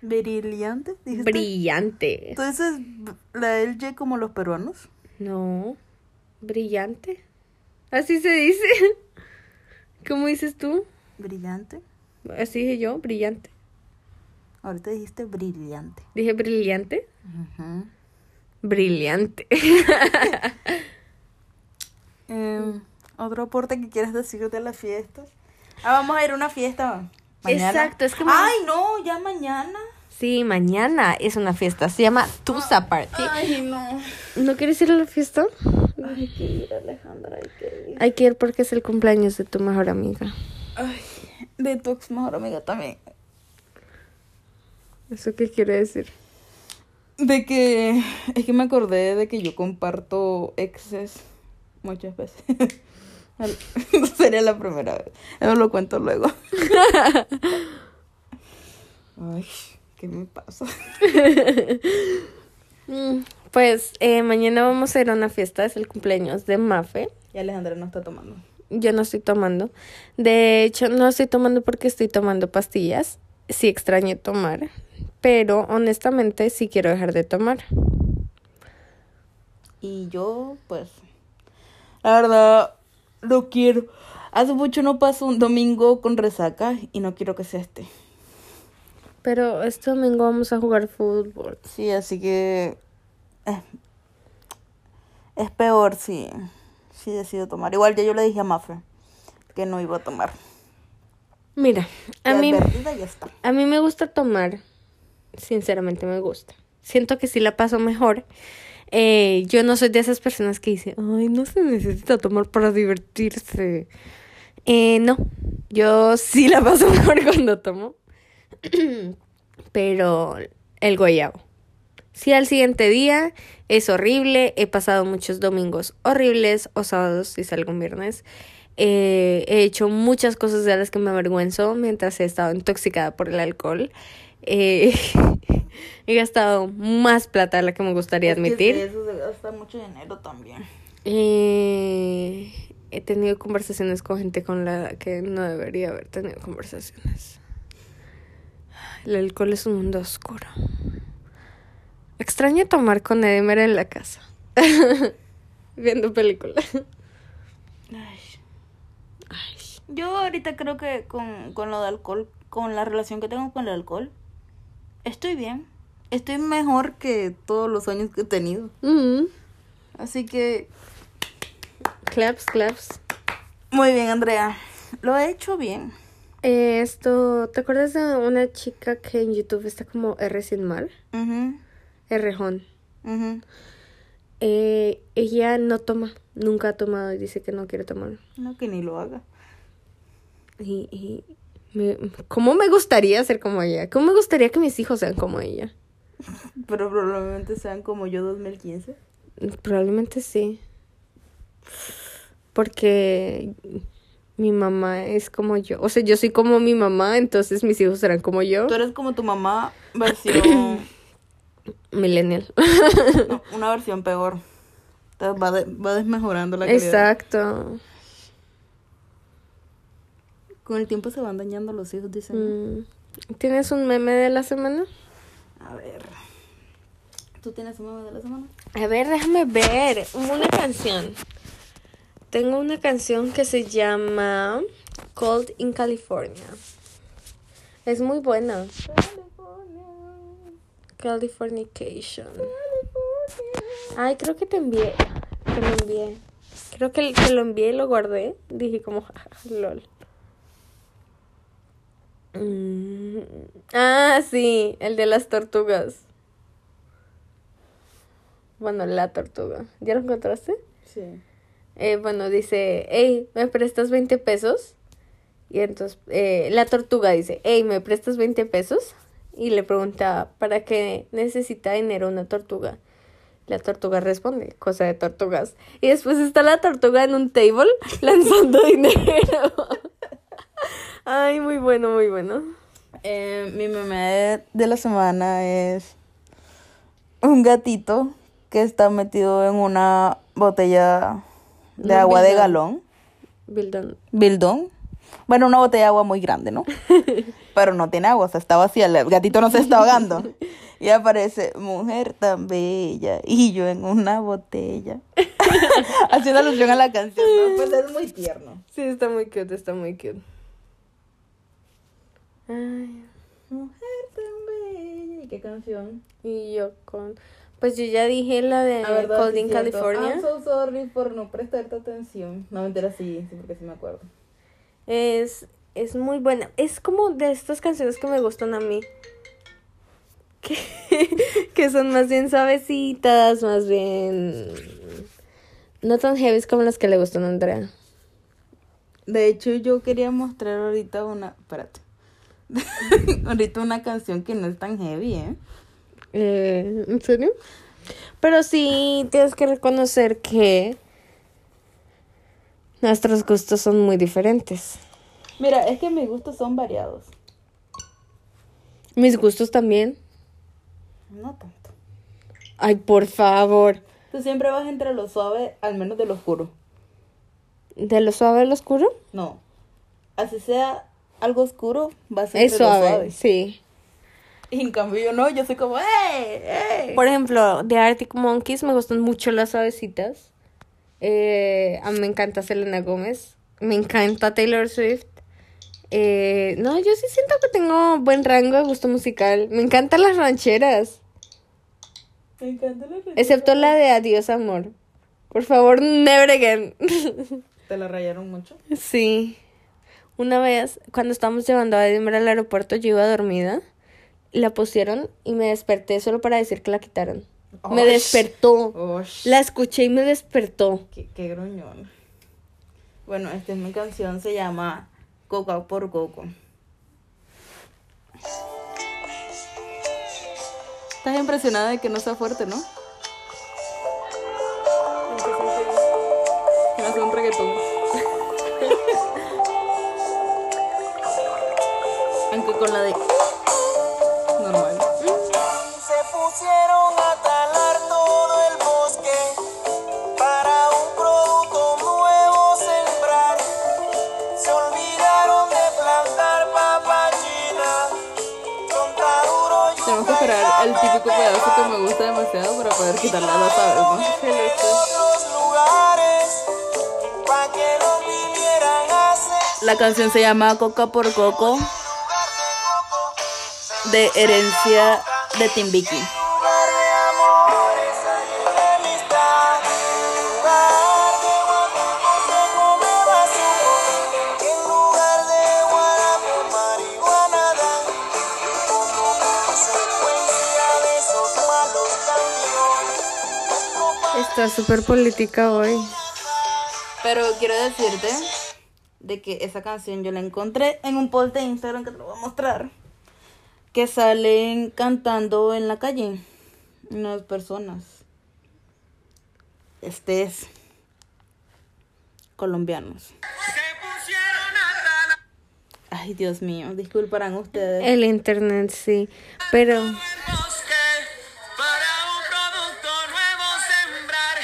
[SPEAKER 2] Brillante, dijiste.
[SPEAKER 1] Brillante.
[SPEAKER 2] Entonces, b- la LG como los peruanos.
[SPEAKER 1] No, brillante. Así se dice. ¿Cómo dices tú?
[SPEAKER 2] Brillante.
[SPEAKER 1] Así dije yo, brillante.
[SPEAKER 2] Ahorita dijiste brillante.
[SPEAKER 1] Dije brillante.
[SPEAKER 2] Ujú.
[SPEAKER 1] Brillante.
[SPEAKER 2] Em, Otro aporte que quieras decir de las fiestas. Ah, vamos a ir a una fiesta. Mañana.
[SPEAKER 1] Exacto, es que ma-
[SPEAKER 2] Ay, no, ya mañana.
[SPEAKER 1] Sí, mañana es una fiesta. Se llama Tusa Party.
[SPEAKER 2] Ay, no.
[SPEAKER 1] ¿No quieres ir a la fiesta?
[SPEAKER 2] Hay que ir, Alejandra, hay que ir.
[SPEAKER 1] Hay que ir porque es el cumpleaños de tu mejor amiga.
[SPEAKER 2] Ay, de tu ex mejor amiga también.
[SPEAKER 1] ¿Eso qué quiere decir?
[SPEAKER 2] De que es que me acordé de que yo comparto exes muchas veces. Al- No sería la primera vez. Eso lo cuento luego. Ay, ¿qué me pasa?
[SPEAKER 1] Mm, Pues eh, mañana vamos a ir a una fiesta. Es el cumpleaños de Mafe.
[SPEAKER 2] Y Alejandra no está tomando.
[SPEAKER 1] Yo no estoy tomando. De hecho, no estoy tomando porque estoy tomando pastillas. Sí extrañé tomar, pero honestamente sí quiero dejar de tomar.
[SPEAKER 2] Y yo, pues, la verdad, no quiero. Hace mucho no paso un domingo con resaca y no quiero que sea este.
[SPEAKER 1] Pero este domingo vamos a jugar fútbol.
[SPEAKER 2] Sí, así que eh, es peor si, si decido tomar. Igual ya yo le dije a Mafre que no iba a tomar.
[SPEAKER 1] Mira, a
[SPEAKER 2] Ya
[SPEAKER 1] mí,
[SPEAKER 2] advertida, ya está.
[SPEAKER 1] a mí me gusta tomar. Sinceramente me gusta. Siento que sí la paso mejor. Eh, yo no soy de esas personas que dicen, ay, no se necesita tomar para divertirse. Eh, no, yo sí la paso mejor cuando tomo. Pero el guayabo. Si al siguiente día es horrible, he pasado muchos domingos horribles o sábados si salgo un viernes. Eh, he hecho muchas cosas de las que me avergüenzo mientras he estado intoxicada por el alcohol. Eh, he gastado más plata de la que me gustaría
[SPEAKER 2] Es que
[SPEAKER 1] admitir.
[SPEAKER 2] de eso se gasta mucho dinero también.
[SPEAKER 1] Eh, he tenido conversaciones con gente con la que no debería haber tenido conversaciones. El alcohol es un mundo oscuro. Extraño tomar con Edemer en la casa. Viendo película.
[SPEAKER 2] Ay,
[SPEAKER 1] Ay,
[SPEAKER 2] Yo ahorita creo que con, con lo de alcohol, con la relación que tengo con el alcohol, estoy bien. Estoy mejor que todos los años que he tenido.
[SPEAKER 1] mm.
[SPEAKER 2] Así que,
[SPEAKER 1] Claps, claps.
[SPEAKER 2] muy bien, Andrea. Lo he hecho bien.
[SPEAKER 1] Eh, esto, ¿te acuerdas de una chica que en YouTube está como R sin mal?
[SPEAKER 2] Ujú,
[SPEAKER 1] Rjón.
[SPEAKER 2] ujú.
[SPEAKER 1] Eh, ella no toma, nunca ha tomado y dice que no quiere tomar.
[SPEAKER 2] No que ni lo haga.
[SPEAKER 1] Y, y me- ¿Cómo me gustaría ser como ella? ¿Cómo me gustaría que mis hijos sean como ella?
[SPEAKER 2] Pero probablemente sean como yo 2015.
[SPEAKER 1] Probablemente sí. Porque mi mamá es como yo. O sea, yo soy como mi mamá, entonces mis hijos serán como yo.
[SPEAKER 2] Tú eres como tu mamá, versión.
[SPEAKER 1] Millennial.
[SPEAKER 2] no, una versión peor. Entonces va, de- va desmejorando la calidad.
[SPEAKER 1] Exacto.
[SPEAKER 2] Con el tiempo se van dañando los hijos, dicen.
[SPEAKER 1] Mm. ¿Tienes un meme de la semana?
[SPEAKER 2] A ver. ¿Tú tienes un meme de la semana?
[SPEAKER 1] A ver, déjame ver. Una canción. Tengo una canción que se llama Cold in California. Es muy buena. Californication. Ay, creo que te envié. Te lo envié. Creo que te lo envié y lo guardé. Dije como, "Ja, ja, lol. Mm. Ah, sí, el de las tortugas. Bueno, la tortuga. ¿Ya lo encontraste?
[SPEAKER 2] Sí.
[SPEAKER 1] Eh, bueno, dice, hey, ¿me prestas 20 pesos? Y entonces eh, la tortuga dice, hey, ¿me prestas 20 pesos? Y le pregunta, ¿para qué necesita dinero una tortuga? La tortuga responde, cosa de tortugas. Y después está la tortuga en un table lanzando dinero. Ay, muy bueno, muy bueno.
[SPEAKER 2] Eh, mi meme de la semana es un gatito que está metido en una botella
[SPEAKER 1] Un
[SPEAKER 2] de agua de
[SPEAKER 1] bidón.
[SPEAKER 2] galón,
[SPEAKER 1] Bildon.
[SPEAKER 2] bildón. Bueno, una botella de agua muy grande, ¿no? Pero no tiene agua, o sea, está vacía, el gatito no se está ahogando. Y aparece, mujer tan bella, y yo en una botella. Haciendo alusión a la canción, ¿no? Pues es muy tierno.
[SPEAKER 1] Sí, está muy cute, está muy cute. Ay,
[SPEAKER 2] Mujer tan bella, ¿y qué canción?
[SPEAKER 1] Y yo con. Pues yo ya dije la de
[SPEAKER 2] La verdad,
[SPEAKER 1] Cold
[SPEAKER 2] sí,
[SPEAKER 1] in
[SPEAKER 2] cierto.
[SPEAKER 1] California.
[SPEAKER 2] I'm so sorry por no prestarte atención. No, mentira, sí, sí, porque sí me acuerdo.
[SPEAKER 1] Es, es muy buena. Es como de estas canciones que me gustan a mí. Que, que son más bien suavecitas, más bien. No tan heavy como las que le gustan a Andrea.
[SPEAKER 2] De hecho, yo quería mostrar ahorita una... Espérate. ahorita una canción que no es tan heavy, ¿eh?
[SPEAKER 1] Eh, ¿En serio? Pero sí, tienes que reconocer que nuestros gustos son muy diferentes.
[SPEAKER 2] Mira, es que mis gustos son variados.
[SPEAKER 1] Mis gustos también.
[SPEAKER 2] No tanto.
[SPEAKER 1] Ay, por favor.
[SPEAKER 2] Tú siempre vas entre lo suave, al menos de lo oscuro.
[SPEAKER 1] ¿De lo suave al oscuro?
[SPEAKER 2] No. Así sea algo oscuro, vas entre
[SPEAKER 1] Es suave,
[SPEAKER 2] lo suave.
[SPEAKER 1] sí.
[SPEAKER 2] Y en cambio yo no, yo soy como, ¡eh! ¡eh!
[SPEAKER 1] Por ejemplo, de Arctic Monkeys me gustan mucho las suavecitas. Eh, a mí me encanta Selena Gómez. Me encanta Taylor Swift. Eh, no, yo sí siento que tengo buen rango de gusto musical. Me encantan las rancheras,
[SPEAKER 2] Me encanta la
[SPEAKER 1] excepto la de Adiós Amor. Por favor, never again.
[SPEAKER 2] ¿Te la rayaron mucho?
[SPEAKER 1] Sí. Una vez, cuando estábamos llevando a Edinburgh al aeropuerto, yo iba dormida. La pusieron y me desperté solo para decir que la quitaron. Me
[SPEAKER 2] Osh.
[SPEAKER 1] despertó.
[SPEAKER 2] Osh.
[SPEAKER 1] La escuché y me despertó.
[SPEAKER 2] Qué, qué gruñón. Bueno, esta es mi canción, se llama Coca por Coco. Estás impresionada de que no sea fuerte, ¿no? Que no sea un reggaetón. Aunque con la de... Normal.
[SPEAKER 3] Se pusieron a talar todo el bosque para un producto nuevo sembrar. Se olvidaron de plantar papachina. Con Tauro y
[SPEAKER 2] Tenemos que esperar el típico pedazo que me gusta demasiado para poder quitar la nota, ¿verdad?
[SPEAKER 3] otros lugares para que los vinieran a hacer.
[SPEAKER 2] La canción se llama Coca por Coco
[SPEAKER 3] Lugar de coco,
[SPEAKER 2] de Herencia de Timbiqui.
[SPEAKER 3] lugar de amores, ahí de amistad. Lugar de guanaco se come basura. En lugar de guanaco, marihuana dan. Como consecuencia de esos malos cambios.
[SPEAKER 1] Está súper política hoy.
[SPEAKER 2] Pero quiero decirte de que esa canción yo la encontré en un post de Instagram que te lo voy a mostrar. Que salen cantando en la calle unas personas. Este es colombianos. Ay, Dios mío, disculparán ustedes.
[SPEAKER 1] El internet, sí. Pero
[SPEAKER 3] para un producto nuevo sembrar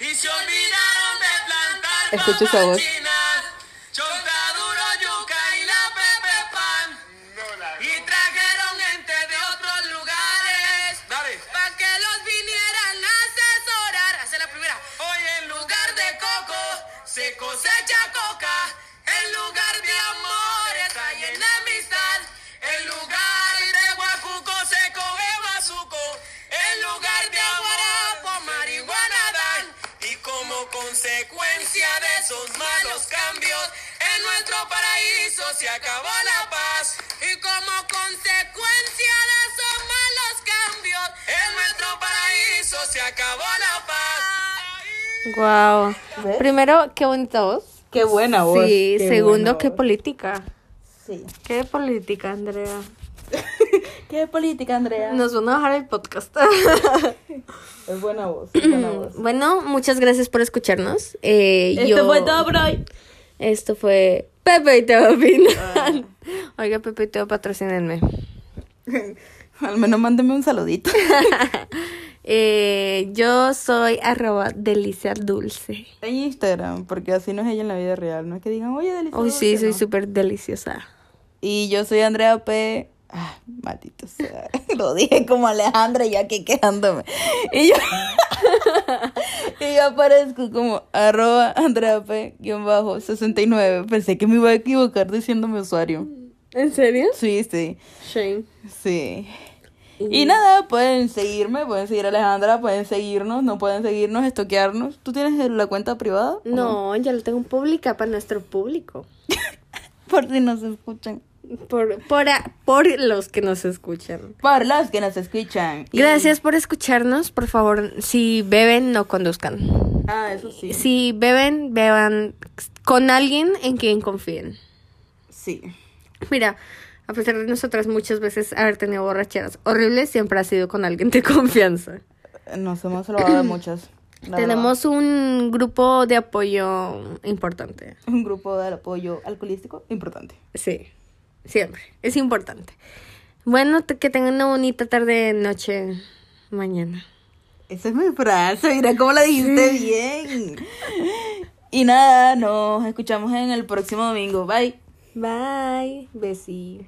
[SPEAKER 3] y se olvidaron de plantar
[SPEAKER 2] Escucho esa voz.
[SPEAKER 3] papachinas, chontaduro, yuca y la pepe pan y trajeron gente de otros lugares para que los vinieran a asesorar hacer la primera hoy en lugar de coco se cosecha coca en lugar de amores hay enemistad en lugar de guacuco se coge bazuco en lugar de aguarapo marihuana dan y como consecuencia de esos malos cambios en nuestro paraíso se acabó la paz y como consecuencia de esos malos cambios en nuestro paraíso se acabó la paz
[SPEAKER 1] Wow. Primero, qué bonita voz.
[SPEAKER 2] Qué buena voz.
[SPEAKER 1] sí,
[SPEAKER 2] qué
[SPEAKER 1] segundo,
[SPEAKER 2] buena
[SPEAKER 1] qué
[SPEAKER 2] voz.
[SPEAKER 1] política.
[SPEAKER 2] Sí.
[SPEAKER 1] Qué política, Andrea.
[SPEAKER 2] Qué política, Andrea.
[SPEAKER 1] Nos van a bajar el podcast.
[SPEAKER 2] Es buena voz. es buena voz.
[SPEAKER 1] bueno, muchas gracias por escucharnos. Eh,
[SPEAKER 2] Esto
[SPEAKER 1] yo-
[SPEAKER 2] Este fue todo por hoy.
[SPEAKER 1] Esto fue Pepe y Teo Opinan. Ah. Oiga, Pepe y Teo, patrocínenme.
[SPEAKER 2] Al menos mándeme un saludito.
[SPEAKER 1] Eh, yo soy arroba delicia dulce.
[SPEAKER 2] En Instagram, porque así no es ella en la vida real. No es que digan, oye, delicioso.
[SPEAKER 1] Hoy sí,
[SPEAKER 2] que
[SPEAKER 1] soy
[SPEAKER 2] no.
[SPEAKER 1] súper deliciosa.
[SPEAKER 2] Y yo soy Andrea P. Ah, maldito sea. Lo dije como Alejandra y aquí quedándome. Y yo. y yo aparezco como arroba Andrea P. guión bajo 69. Pensé que me iba a equivocar diciéndome usuario.
[SPEAKER 1] ¿En serio?
[SPEAKER 2] Sí, sí.
[SPEAKER 1] Shane.
[SPEAKER 2] Sí. Y nada, pueden seguirme, pueden seguir a Alejandra, pueden seguirnos, no pueden seguirnos, estoquearnos. ¿Tú tienes la cuenta privada? ¿O
[SPEAKER 1] No, ya lo tengo pública para nuestro público.
[SPEAKER 2] Por si nos escuchan.
[SPEAKER 1] Por, por, a- por los que nos escuchan.
[SPEAKER 2] Por los que nos escuchan. Y-
[SPEAKER 1] Gracias por escucharnos. Por favor, si beben, no conduzcan.
[SPEAKER 2] Ah, eso sí. Sí.
[SPEAKER 1] Si beben, beban con alguien en quien confíen. Mira, a pesar de nosotras muchas veces haber tenido borracheras horribles, siempre ha sido con alguien de confianza.
[SPEAKER 2] Nos hemos salvado de muchas. la
[SPEAKER 1] Tenemos un grupo de apoyo importante.
[SPEAKER 2] verdad. un grupo de apoyo alcoholístico importante.
[SPEAKER 1] Sí, siempre. Es importante. Bueno, te- que tengan una bonita tarde, noche, mañana.
[SPEAKER 2] Esa es mi frase, mira cómo la dijiste bien. Y nada, nos escuchamos en el próximo domingo. Bye.
[SPEAKER 1] Bye. Besi.